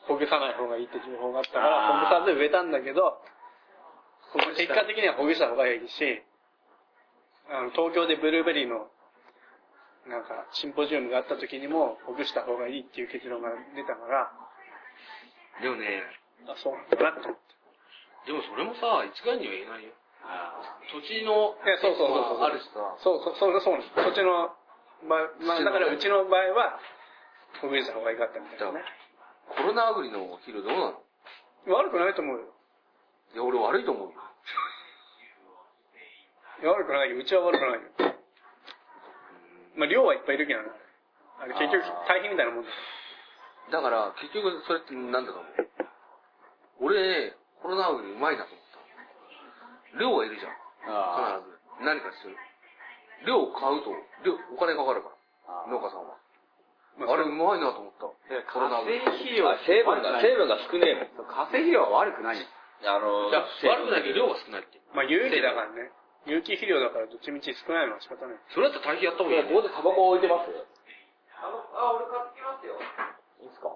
[SPEAKER 1] ほぐさない方がいいって情報があったから、
[SPEAKER 3] あー
[SPEAKER 1] ほぐさず植えたんだけど、結果的にはほぐした方がいいし、あの東京でブルーベリーのなんかシンポジウムがあった時にも、ほぐした方がいいっていう結論が出たから、
[SPEAKER 4] でもね、
[SPEAKER 1] あ、そうなんだなと思って。
[SPEAKER 4] でもそれもさ、一概には言えないよ。
[SPEAKER 3] ああ
[SPEAKER 4] 土地の
[SPEAKER 1] いや、そうそうそうそう。
[SPEAKER 4] あるしさ、
[SPEAKER 1] そうそう、そうそうなんです。そっちの場合、まあ、だからうちの場合は、ほぐした方が良かったみたいなね。
[SPEAKER 4] コロナあぐりの肥料どうなの
[SPEAKER 1] 悪くないと思うよ。
[SPEAKER 4] いや、俺悪いと思うよ。
[SPEAKER 1] いや悪くないよ。うちは悪くないよ。まあ、量はいっぱいいるけどね。あれ結局、大変みたいなもんだよ
[SPEAKER 4] だから、結局それってなんだと思う。俺、コロナあぐりうまいなと思った。量はいるじゃん。
[SPEAKER 3] あ
[SPEAKER 4] 必ず。何かする。量を買うと、量、お金かかるから
[SPEAKER 3] あ。ー
[SPEAKER 4] 農家さんは。
[SPEAKER 1] ま
[SPEAKER 4] あれうまいなと思った。コロナあぐり。
[SPEAKER 5] 化成肥料は
[SPEAKER 2] 成分が、成分が少ねえ
[SPEAKER 5] そう化成肥料は悪くな
[SPEAKER 2] もん。
[SPEAKER 5] い
[SPEAKER 2] あの
[SPEAKER 4] いや、悪くないけど量が少ないって。
[SPEAKER 1] まあ、有機だからね。有機肥料だからどっちみち少ないのは仕方ない。
[SPEAKER 4] それだったら大変やった方がいいよ。
[SPEAKER 2] ここでタバコ置いてますあの、あ、俺買ってきますよ。いいっすか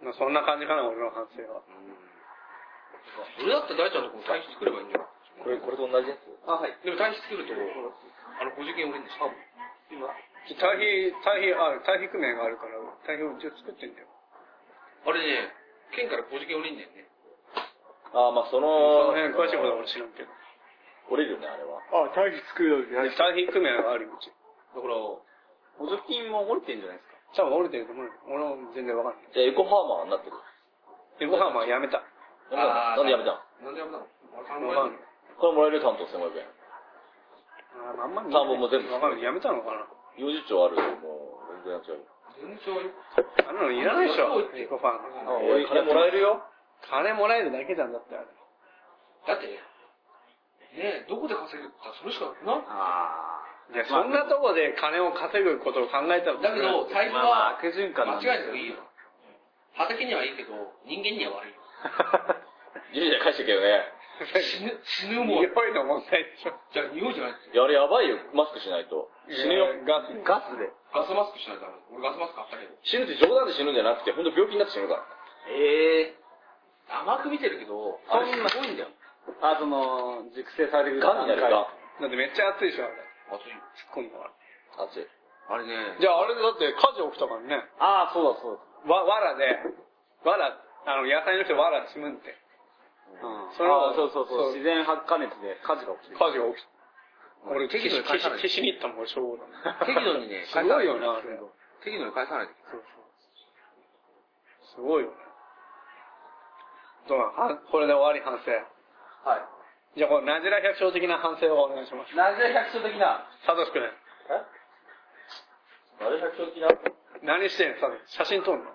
[SPEAKER 1] まあ、そんな感じかな、俺の反省は。
[SPEAKER 4] それだったら大ちゃんのこの堆肥作ればいいんじゃない
[SPEAKER 2] これ、これと同じやつ
[SPEAKER 4] でも堆肥作ると、あの、補助金おりんでしょ。
[SPEAKER 1] ちょ堆肥、堆肥、ある、堆肥組合があるから、堆肥を一応作ってんだよ。
[SPEAKER 4] あれね、県から補助金おりんだよね。
[SPEAKER 2] ああ、まあそ
[SPEAKER 1] そ
[SPEAKER 2] の、
[SPEAKER 1] の辺詳しいことは俺知らんけど。
[SPEAKER 2] 折れるね、あれは。
[SPEAKER 1] あ、堆肥作る堆肥組合があるうち。
[SPEAKER 4] だから、
[SPEAKER 5] 補助金も折れてんじゃないですか
[SPEAKER 1] 多分折れてると思うよ。俺も全然わかんない。
[SPEAKER 2] じゃあエコハーマーになってる。
[SPEAKER 1] で、ご飯はやめた。
[SPEAKER 2] なんでやめたの
[SPEAKER 4] なんでやめたの
[SPEAKER 1] わ
[SPEAKER 4] あ
[SPEAKER 1] か
[SPEAKER 4] れ
[SPEAKER 1] んない。
[SPEAKER 2] これもらえるよ担当1500円。
[SPEAKER 1] ああんまり
[SPEAKER 2] 多分もう全部
[SPEAKER 1] わかんない。やめたのかな
[SPEAKER 2] 40兆あるよ、もう、全然やっちゃうよ。
[SPEAKER 4] 全然よ。
[SPEAKER 1] あんなのいらないでしょ、エコファン。
[SPEAKER 2] あ俺金もらえるよ。
[SPEAKER 1] 金もらえるだけじゃんだってあれ。
[SPEAKER 4] だってね、ねえどこで稼ぐって言ったらそれしかなく
[SPEAKER 1] い
[SPEAKER 4] ない。
[SPEAKER 5] あ
[SPEAKER 1] や、そんなとこで金を稼ぐことを考えたら、
[SPEAKER 4] だけ ど、
[SPEAKER 5] あ
[SPEAKER 4] 堆肥
[SPEAKER 5] まあ
[SPEAKER 4] は、
[SPEAKER 5] まあ悪循環なん
[SPEAKER 4] 間違
[SPEAKER 5] で
[SPEAKER 4] いなくいいよ。畑にはいいけど、人間には悪いよ。
[SPEAKER 2] ジュリー返してけよね。
[SPEAKER 4] 死ぬ、死ぬ
[SPEAKER 1] 匂
[SPEAKER 4] もん。
[SPEAKER 1] いの問題でしょ。
[SPEAKER 4] じゃあ、匂いじゃない
[SPEAKER 2] いや、あれやばいよ、マスクしないと。死ぬよ。
[SPEAKER 1] いや。ガス。
[SPEAKER 5] ガスで
[SPEAKER 4] ガスマスクしないとダメ。俺ガスマスク買ったけど。
[SPEAKER 2] 死ぬって冗談で死ぬんじゃなくて、ほんと病気になって死ぬから。
[SPEAKER 4] ええ甘く見てるけど、あれすごいんだよ。
[SPEAKER 5] あその熟成される
[SPEAKER 2] 癌になるよ、
[SPEAKER 1] だってめっちゃ暑いでしょ、あれ。
[SPEAKER 4] 熱いよ。
[SPEAKER 1] 突っ込んだから。
[SPEAKER 2] 熱い。
[SPEAKER 4] あれね、
[SPEAKER 1] じゃああれだって火事起きたからね。
[SPEAKER 5] ああそうだそう
[SPEAKER 1] わ、わらで、わら、あの、野菜の人わら積むんって。
[SPEAKER 5] だ、うん、
[SPEAKER 1] それは
[SPEAKER 5] ああそうそうそう
[SPEAKER 1] そう
[SPEAKER 5] 自然発火熱で火事が起きてる
[SPEAKER 1] 火事が起きた。俺、消
[SPEAKER 4] 適
[SPEAKER 1] し
[SPEAKER 4] 度に返さない
[SPEAKER 1] 消し消しに行ったもん、俺、消防団。
[SPEAKER 4] 適度にね
[SPEAKER 1] すごいよな、あれ。
[SPEAKER 4] 適度に返さないと。
[SPEAKER 1] そうそう。すごいよね。どうなんはこれで終わり反省。
[SPEAKER 5] はい
[SPEAKER 1] じゃあ、このナジラ百姓的な反省をお願いします。
[SPEAKER 5] なぜ百姓的な
[SPEAKER 1] サトシ君、
[SPEAKER 2] あれ百姓的なあ
[SPEAKER 1] 何してんのサトシ写真撮んの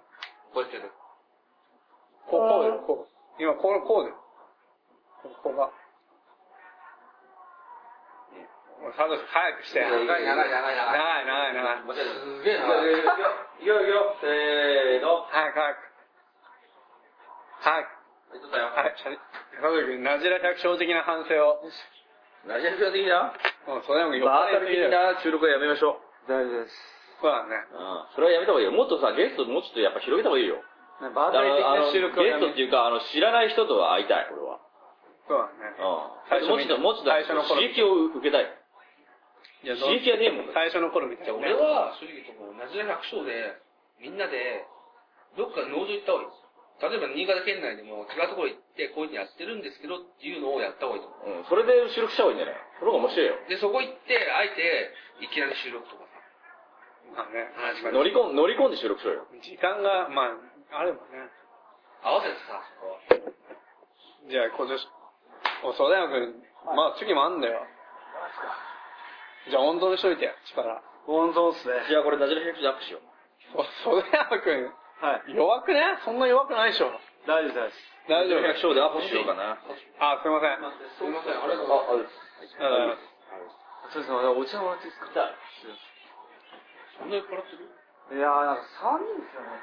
[SPEAKER 4] こうやってる。
[SPEAKER 1] こう、こうだよ、こう。今、こう、こうだよ。こここが。おいサトシ、早くして。長い、長い、
[SPEAKER 4] 長い長い長い。
[SPEAKER 1] 長い、長い。
[SPEAKER 4] すげえ長い。
[SPEAKER 5] いよいよせーの
[SPEAKER 1] 早く、早く。早く。はい、サトシ君、ナジラ百姓的な反省を。
[SPEAKER 2] れ百姓的な
[SPEAKER 1] うん、それでも酔っ
[SPEAKER 2] バー
[SPEAKER 1] 払
[SPEAKER 2] チ
[SPEAKER 1] いすぎ
[SPEAKER 2] ャル
[SPEAKER 1] だ
[SPEAKER 2] 的
[SPEAKER 1] よ。
[SPEAKER 2] な収録はやめましょう。
[SPEAKER 5] 大丈夫です
[SPEAKER 1] そうだね。
[SPEAKER 2] うん。それはやめた方がいいよ。もっとさ、ゲストもうちょっとやっぱ広げた方がいいよ。
[SPEAKER 1] バータリ的
[SPEAKER 2] あ
[SPEAKER 1] な
[SPEAKER 2] のあの
[SPEAKER 1] 収
[SPEAKER 2] ゲ
[SPEAKER 1] 録はやめ
[SPEAKER 2] ストっていうか、あの、知らない人とは会いたい、俺は。
[SPEAKER 1] そうだね。
[SPEAKER 2] うん。もうちょっと、もうちょっ
[SPEAKER 1] 最初の
[SPEAKER 2] と
[SPEAKER 1] 頃
[SPEAKER 2] 刺激を受けたい。
[SPEAKER 1] いやどう
[SPEAKER 2] 刺激はねえもんだっ
[SPEAKER 1] 最
[SPEAKER 2] て
[SPEAKER 1] 初の頃みたいな、ね。
[SPEAKER 4] 俺は正直言うとこうナジラ百姓でみんなでどっか農場行った方がいいです例えば新潟県内でも違うところ行ってこういうのやってるんですけどっていうのをやった方がいいと思う
[SPEAKER 2] うん。それで収録した方がいいん
[SPEAKER 4] でそこ行ってあえてい
[SPEAKER 2] じゃないその方が面白いよ。
[SPEAKER 4] きなり収録とかさ
[SPEAKER 1] まあね。
[SPEAKER 4] 話が
[SPEAKER 2] 乗り込ん、乗り込んで収録しようよ。
[SPEAKER 1] 時間が、まあ、あればね。
[SPEAKER 4] 合わせてさそこは
[SPEAKER 1] じゃあ今年、お、そうだよ、君。まあ次もあんだよ。じゃあ温存しといて、力。
[SPEAKER 3] 温存っすね。
[SPEAKER 2] じゃあこれ、ナジラ百姓でアップしよう。
[SPEAKER 1] お、そうだよ、
[SPEAKER 3] はい。
[SPEAKER 1] 君。弱くねそんな弱くないでしょ。
[SPEAKER 3] 大丈夫です。
[SPEAKER 1] 大丈夫。
[SPEAKER 2] 百姓でアップしようかな。
[SPEAKER 1] あ、すいません。
[SPEAKER 4] すみませんありがとうございます
[SPEAKER 2] あ、ある。
[SPEAKER 1] ありがとうございます
[SPEAKER 3] そうですね、お茶もらっていいですか
[SPEAKER 4] そんな酔っ払ってる
[SPEAKER 3] いやー、なんか3人ですよね。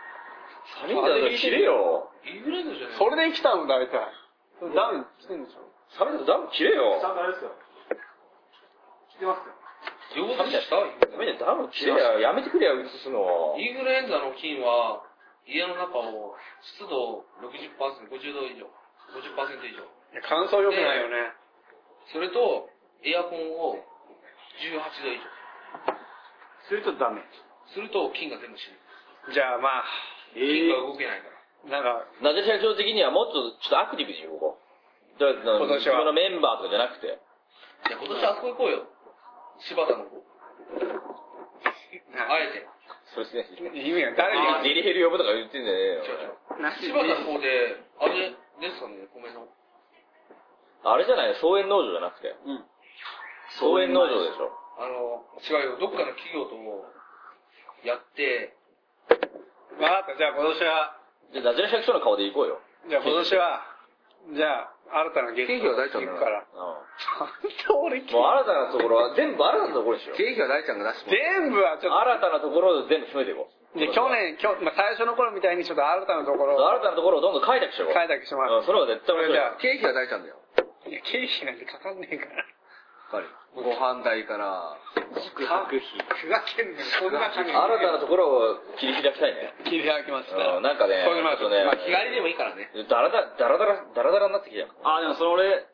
[SPEAKER 2] 3人だったら切れよ。
[SPEAKER 4] いいぐらいのじゃない
[SPEAKER 1] それで来たの、大体。ダウンしてんでしょ
[SPEAKER 2] 3人だとダウン切れよ。
[SPEAKER 3] んとあれですよ。来てますよ。
[SPEAKER 4] 上手でした
[SPEAKER 2] ダメだよ、ダウン切れよ。やめてくれよ、映すの。
[SPEAKER 4] インフルエンザの菌は家の中を湿度 60%50 度以上50%以上
[SPEAKER 1] いや、感想良くないよね。
[SPEAKER 4] それとエアコンを18度以上
[SPEAKER 3] するとダメ。
[SPEAKER 4] すると菌が全部死ぬ
[SPEAKER 1] じゃあまあ、
[SPEAKER 4] 菌が動けないか
[SPEAKER 1] な
[SPEAKER 4] ら、
[SPEAKER 1] んか、
[SPEAKER 2] なぜ社長的にはもっとちょっとアクティブに動こう。だか
[SPEAKER 1] 今年は
[SPEAKER 2] ら自分のメンバーとかじゃなくて。
[SPEAKER 4] いや今年あそこ行こうよ柴田の子あえて
[SPEAKER 2] そうですね。
[SPEAKER 1] 意味が誰に
[SPEAKER 2] デリヘル呼ぶとか言ってんじゃねえよ。
[SPEAKER 4] 柴田の子であれですかね米の
[SPEAKER 2] あれじゃない草園農場じゃなくて。
[SPEAKER 3] うん。
[SPEAKER 2] 草園農場でしょ。
[SPEAKER 4] あの違うよどっかの企業とやって
[SPEAKER 1] わかった、じゃあ今年は、
[SPEAKER 2] じゃあ、ナジラ百姓の顔で行こうよ。
[SPEAKER 1] じゃあ今年は、じゃあ、新たなゲスト
[SPEAKER 7] 経費は大丈夫な
[SPEAKER 1] 行く
[SPEAKER 7] の
[SPEAKER 1] から。
[SPEAKER 2] う
[SPEAKER 1] ちゃんと俺
[SPEAKER 2] ん。もう新たなところは、全部新たなところにしよう。
[SPEAKER 7] 経費は大ちゃんが出してもらう
[SPEAKER 1] 全部はち
[SPEAKER 2] 新
[SPEAKER 1] ょった
[SPEAKER 2] なところを全部詰めていこう。
[SPEAKER 1] と、で去年、きょまあ、最初の頃みたいにちょっと新たなところ
[SPEAKER 2] そう。
[SPEAKER 1] を
[SPEAKER 2] 新たなところをどんどん開拓していこう。
[SPEAKER 1] 開拓してもらうん
[SPEAKER 2] う、それは絶対
[SPEAKER 1] じ
[SPEAKER 2] 面白い。
[SPEAKER 7] 経費は
[SPEAKER 1] ゃあ
[SPEAKER 7] 大ちゃんだよ
[SPEAKER 1] いや、経費なんてかかんねえから。
[SPEAKER 7] ご飯代から
[SPEAKER 3] 宿泊費。
[SPEAKER 1] ふざけんなよ、そんな感じ。
[SPEAKER 2] 新たなところを切り開きたいね。
[SPEAKER 1] 切り開きました。
[SPEAKER 2] うんなんかね、
[SPEAKER 1] そういうのある
[SPEAKER 2] ちょっとね、
[SPEAKER 1] まあ
[SPEAKER 4] 日帰りでもいいからね
[SPEAKER 2] だらだ、だらだら、だらだらになってきたよ。
[SPEAKER 3] あー、でもそれ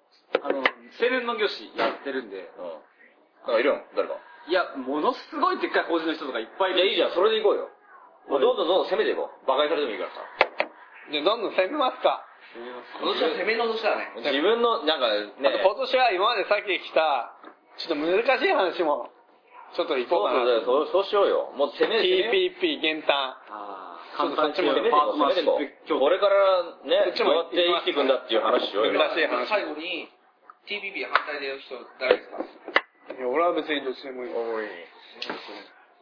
[SPEAKER 3] 俺、あの、青年農業士やってるんで、
[SPEAKER 2] うん。なんかいるの誰か。
[SPEAKER 3] いや、ものすごいでっかい法人の人とかいっぱいい
[SPEAKER 2] いや、いい
[SPEAKER 3] る。
[SPEAKER 2] じゃん、それで行こうよ。もうどんどんどんどん攻めていこう。馬鹿にされてもいいからさ。
[SPEAKER 1] じゃあどんどん攻めますか。
[SPEAKER 4] 今年は攻めの年だね
[SPEAKER 2] 自分の、なんか
[SPEAKER 1] あ
[SPEAKER 2] ね
[SPEAKER 1] と、今年は今までさっき来た、ちょっと難しい話も、ちょっと行こ
[SPEAKER 2] そうう
[SPEAKER 1] かな。
[SPEAKER 2] そうそう、そうしようよ。もう攻めて、ね。
[SPEAKER 1] TPP 減反。
[SPEAKER 3] あー、
[SPEAKER 1] ちょっとそっちも
[SPEAKER 3] 簡
[SPEAKER 2] 攻
[SPEAKER 3] 単
[SPEAKER 2] め
[SPEAKER 3] に
[SPEAKER 2] ていこ
[SPEAKER 3] パー
[SPEAKER 2] う、攻
[SPEAKER 3] トナー
[SPEAKER 1] そっちも
[SPEAKER 2] めていこう。これからね、どうやって生きて
[SPEAKER 3] シップ協
[SPEAKER 2] いくんだっていう話しようよ。
[SPEAKER 1] 難しい話
[SPEAKER 4] 最後に TPP 反対でやる人誰です
[SPEAKER 1] い
[SPEAKER 4] か
[SPEAKER 1] や、俺は別にどっちでもいい。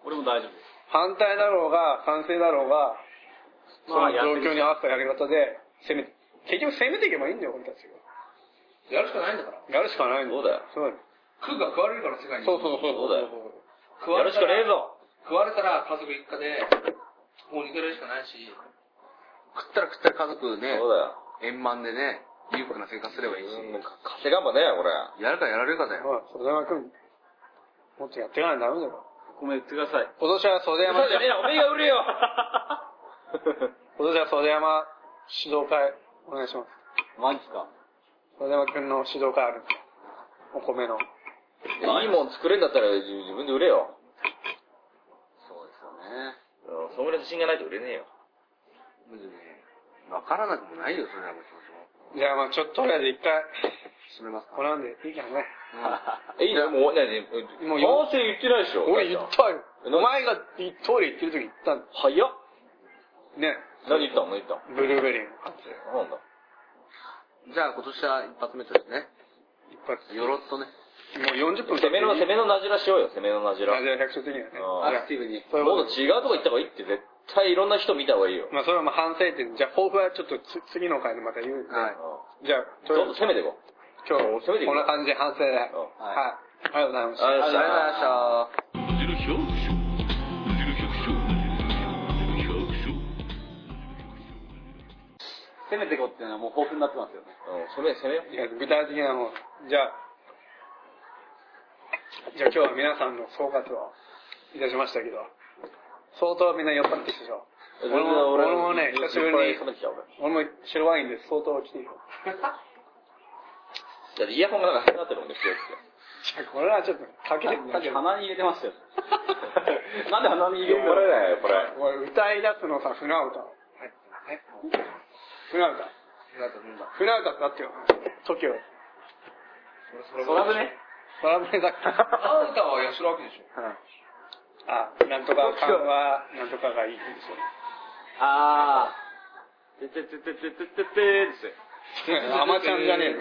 [SPEAKER 3] 俺も大丈夫で
[SPEAKER 1] 反対だろうが、賛成だろうが、そ
[SPEAKER 3] まあ
[SPEAKER 1] の状況に合わせたやり方で、攻め、結局攻めていけばいいんだよ、俺たち
[SPEAKER 4] やるしかないんだから
[SPEAKER 1] が。やるしかないん
[SPEAKER 2] そうだよ
[SPEAKER 1] そうだよ。
[SPEAKER 4] 食うか食われるから世界に
[SPEAKER 1] そうそうそう。
[SPEAKER 2] そうだよ
[SPEAKER 4] 食わ
[SPEAKER 2] や
[SPEAKER 4] れ
[SPEAKER 2] るしたからねえぞ。
[SPEAKER 4] 食われたら家族一家でもう逃げられるしかないし
[SPEAKER 7] 食ったら食ったら家族ね
[SPEAKER 2] そうだよ。
[SPEAKER 7] 円満でね裕福な生活すればいいし
[SPEAKER 2] うん、か稼がんばね、これ。
[SPEAKER 7] やるかやられるかだよ
[SPEAKER 1] まあ、袖山くん、もっとやっていかないとダメだよ。
[SPEAKER 3] す。ごめん、言ってください。
[SPEAKER 1] 今年は袖
[SPEAKER 2] そ
[SPEAKER 1] 山
[SPEAKER 2] うじゃねえよ、おめえが売れよ。
[SPEAKER 1] 今年は袖山指導会、お願いします。
[SPEAKER 3] マジか。
[SPEAKER 1] 袖山くんの指導会あるんでお米の。
[SPEAKER 2] いいもん作れんだったら自自分で売れよ。
[SPEAKER 7] そうですよね
[SPEAKER 2] うん、そんぐらい自信がないと売れねえよ。
[SPEAKER 7] むずね分からなくもないよそれらの気持ちも
[SPEAKER 1] じゃあまあちょっととりあえず一回、
[SPEAKER 7] 進めますか
[SPEAKER 1] これなんでいいからね。
[SPEAKER 2] え、いいのもう、なに、
[SPEAKER 1] もうよ
[SPEAKER 2] 合成言ってないでしょ。
[SPEAKER 1] 俺言っ
[SPEAKER 2] 大ち
[SPEAKER 1] たよ。お前がトイレ行ってる時に言ったんだ。
[SPEAKER 2] ゃん。早っ。
[SPEAKER 1] ね。
[SPEAKER 2] 何言ったの何言ったの
[SPEAKER 1] ブルーベリーの感じで。
[SPEAKER 2] なんだ。
[SPEAKER 7] じゃあ今年は一発目とですね
[SPEAKER 1] 一発。
[SPEAKER 7] よろっとね
[SPEAKER 1] もう40分
[SPEAKER 2] 攻めの、攻
[SPEAKER 1] め。
[SPEAKER 2] めのなじらしようよ、攻めのなじら。
[SPEAKER 1] ラ
[SPEAKER 2] も
[SPEAKER 1] ジオ百姓的にはね。
[SPEAKER 2] あ
[SPEAKER 7] ア
[SPEAKER 2] ー
[SPEAKER 7] クティブに
[SPEAKER 1] そういうこ
[SPEAKER 2] っ
[SPEAKER 1] と
[SPEAKER 2] と
[SPEAKER 1] で
[SPEAKER 2] 違うとこ行った方がいいって絶対いろんな人見た方がいいよ。
[SPEAKER 1] まあそれはまあ反省点。じゃあ抱負はちょっとつ次の回でまた言うんで。
[SPEAKER 7] はい
[SPEAKER 1] じゃあ、
[SPEAKER 2] ち
[SPEAKER 1] とりあえ
[SPEAKER 2] ょっ
[SPEAKER 1] ず
[SPEAKER 2] と攻めていこう。
[SPEAKER 1] 今
[SPEAKER 2] せめて
[SPEAKER 1] 日こ
[SPEAKER 2] いこうん
[SPEAKER 1] な感じで反省で。はい。ありが
[SPEAKER 7] ありが
[SPEAKER 1] とうございました。
[SPEAKER 2] ありがとうございました。
[SPEAKER 7] とうございました
[SPEAKER 3] 攻めていこうっていうのはもう豊富になってますよね。
[SPEAKER 2] うん、攻め、攻めよう。
[SPEAKER 1] いや具体的なもんじゃあじゃあ今日は皆さんの総括をいたしましたけど相当みんな酔っ払ってきたでしょ。
[SPEAKER 6] 全
[SPEAKER 1] 俺
[SPEAKER 6] 然
[SPEAKER 1] も俺もね、久しぶりに
[SPEAKER 6] 酔っ払い冷めてきた
[SPEAKER 1] 俺
[SPEAKER 6] 俺。
[SPEAKER 1] も白ワインで相当来てるよ。
[SPEAKER 6] だってイヤホンがなんか変になってるもんね、強 くて。
[SPEAKER 1] じゃあこれはちょっとかけてかけて。
[SPEAKER 5] 鼻に入れてましたよ。なんで鼻に入れ
[SPEAKER 6] 酔っ
[SPEAKER 5] る
[SPEAKER 6] 払
[SPEAKER 5] の
[SPEAKER 6] いだよ、酔っ払い。
[SPEAKER 1] おい歌い出すのさ、船歌。はい。ね船歌。船歌ってあったよ。時を。
[SPEAKER 5] 空船
[SPEAKER 1] 空船だっけ
[SPEAKER 4] あんたは八代亜紀でしょ。
[SPEAKER 1] あ、なんとかかんは、なんとかがいいんですよ。
[SPEAKER 5] あー。ててててててててーですよ。
[SPEAKER 1] アマちゃんじゃねえの。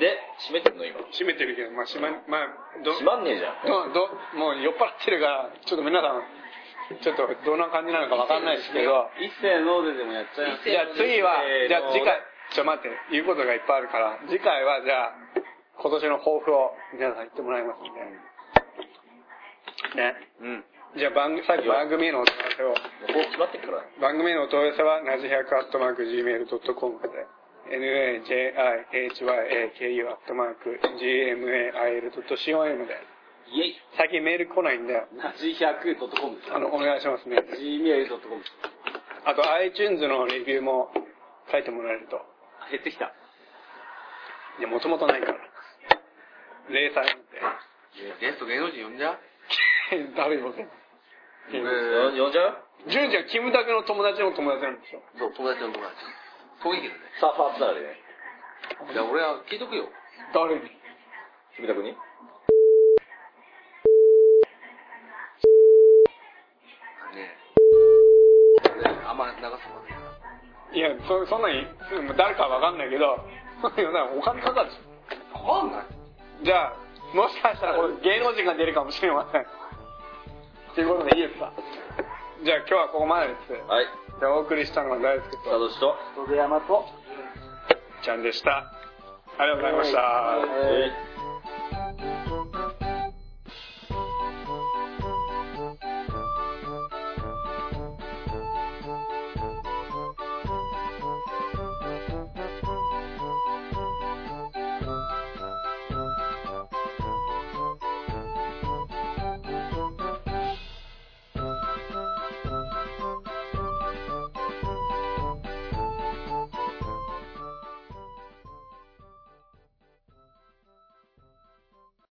[SPEAKER 6] で、閉めてんの今。
[SPEAKER 1] 閉めてるけど、まあ、閉ま、まあ、ど、
[SPEAKER 6] 閉まんねえじゃん。
[SPEAKER 1] ど、ど、もう酔っ払ってるから、ちょっと皆さん、ちょっとどんな感じなのかわかんないですけど、
[SPEAKER 5] 一世のででもやっちゃいます。
[SPEAKER 1] じゃあ次は、じゃあ次回、ちょ待って、言うことがいっぱいあるから、次回はじゃあ、今年の抱負を皆さん言ってもらいますんで。ね。
[SPEAKER 6] うん。も
[SPEAKER 1] じゃあ番組、さっき番組へのお問い合わ
[SPEAKER 6] うこう決まってっから。
[SPEAKER 1] せを、番組へのお問い合わせは、なじ100アットマーク gmail.com まで。najihyaku アットマーク gmail.com で。
[SPEAKER 5] イェイ
[SPEAKER 1] 最近メール来ないんで、
[SPEAKER 5] なじ 100.com です。
[SPEAKER 1] あの、お願いしますね。
[SPEAKER 5] gmail.com です。
[SPEAKER 1] あと iTunes のレビューも書いてもらえると。
[SPEAKER 5] あ減ってきた。
[SPEAKER 1] いや、もともとないから。零細なんて。
[SPEAKER 4] ゲスト芸能人呼んじゃう
[SPEAKER 1] だるいボケ。
[SPEAKER 4] え
[SPEAKER 6] よ
[SPEAKER 4] ー
[SPEAKER 6] 呼んじゃう
[SPEAKER 1] 純ちゃん、キムタクの友達の友達なんでしょ
[SPEAKER 4] そう、友達の友達。遠いけどね。
[SPEAKER 6] サーファーつながりでね。
[SPEAKER 4] じゃあ俺は聞いとくよ。
[SPEAKER 1] 誰に
[SPEAKER 6] キムタクに
[SPEAKER 4] ねねあんま流すのかね。
[SPEAKER 1] いや、そそんなに、誰かわかんないけど、 そんなにお金かかるでし
[SPEAKER 4] わかんない。
[SPEAKER 1] ょじゃあ、もしかしたらこれ芸能人が出るかもしれません。ということでいいですかじゃあ今日はここまでです。
[SPEAKER 6] はい。
[SPEAKER 1] じゃあお送りしたのは大輔
[SPEAKER 6] サ
[SPEAKER 1] と、
[SPEAKER 6] ドシと。
[SPEAKER 5] 袖山と、
[SPEAKER 1] ちゃんでした。ありがとうございました。
[SPEAKER 6] はい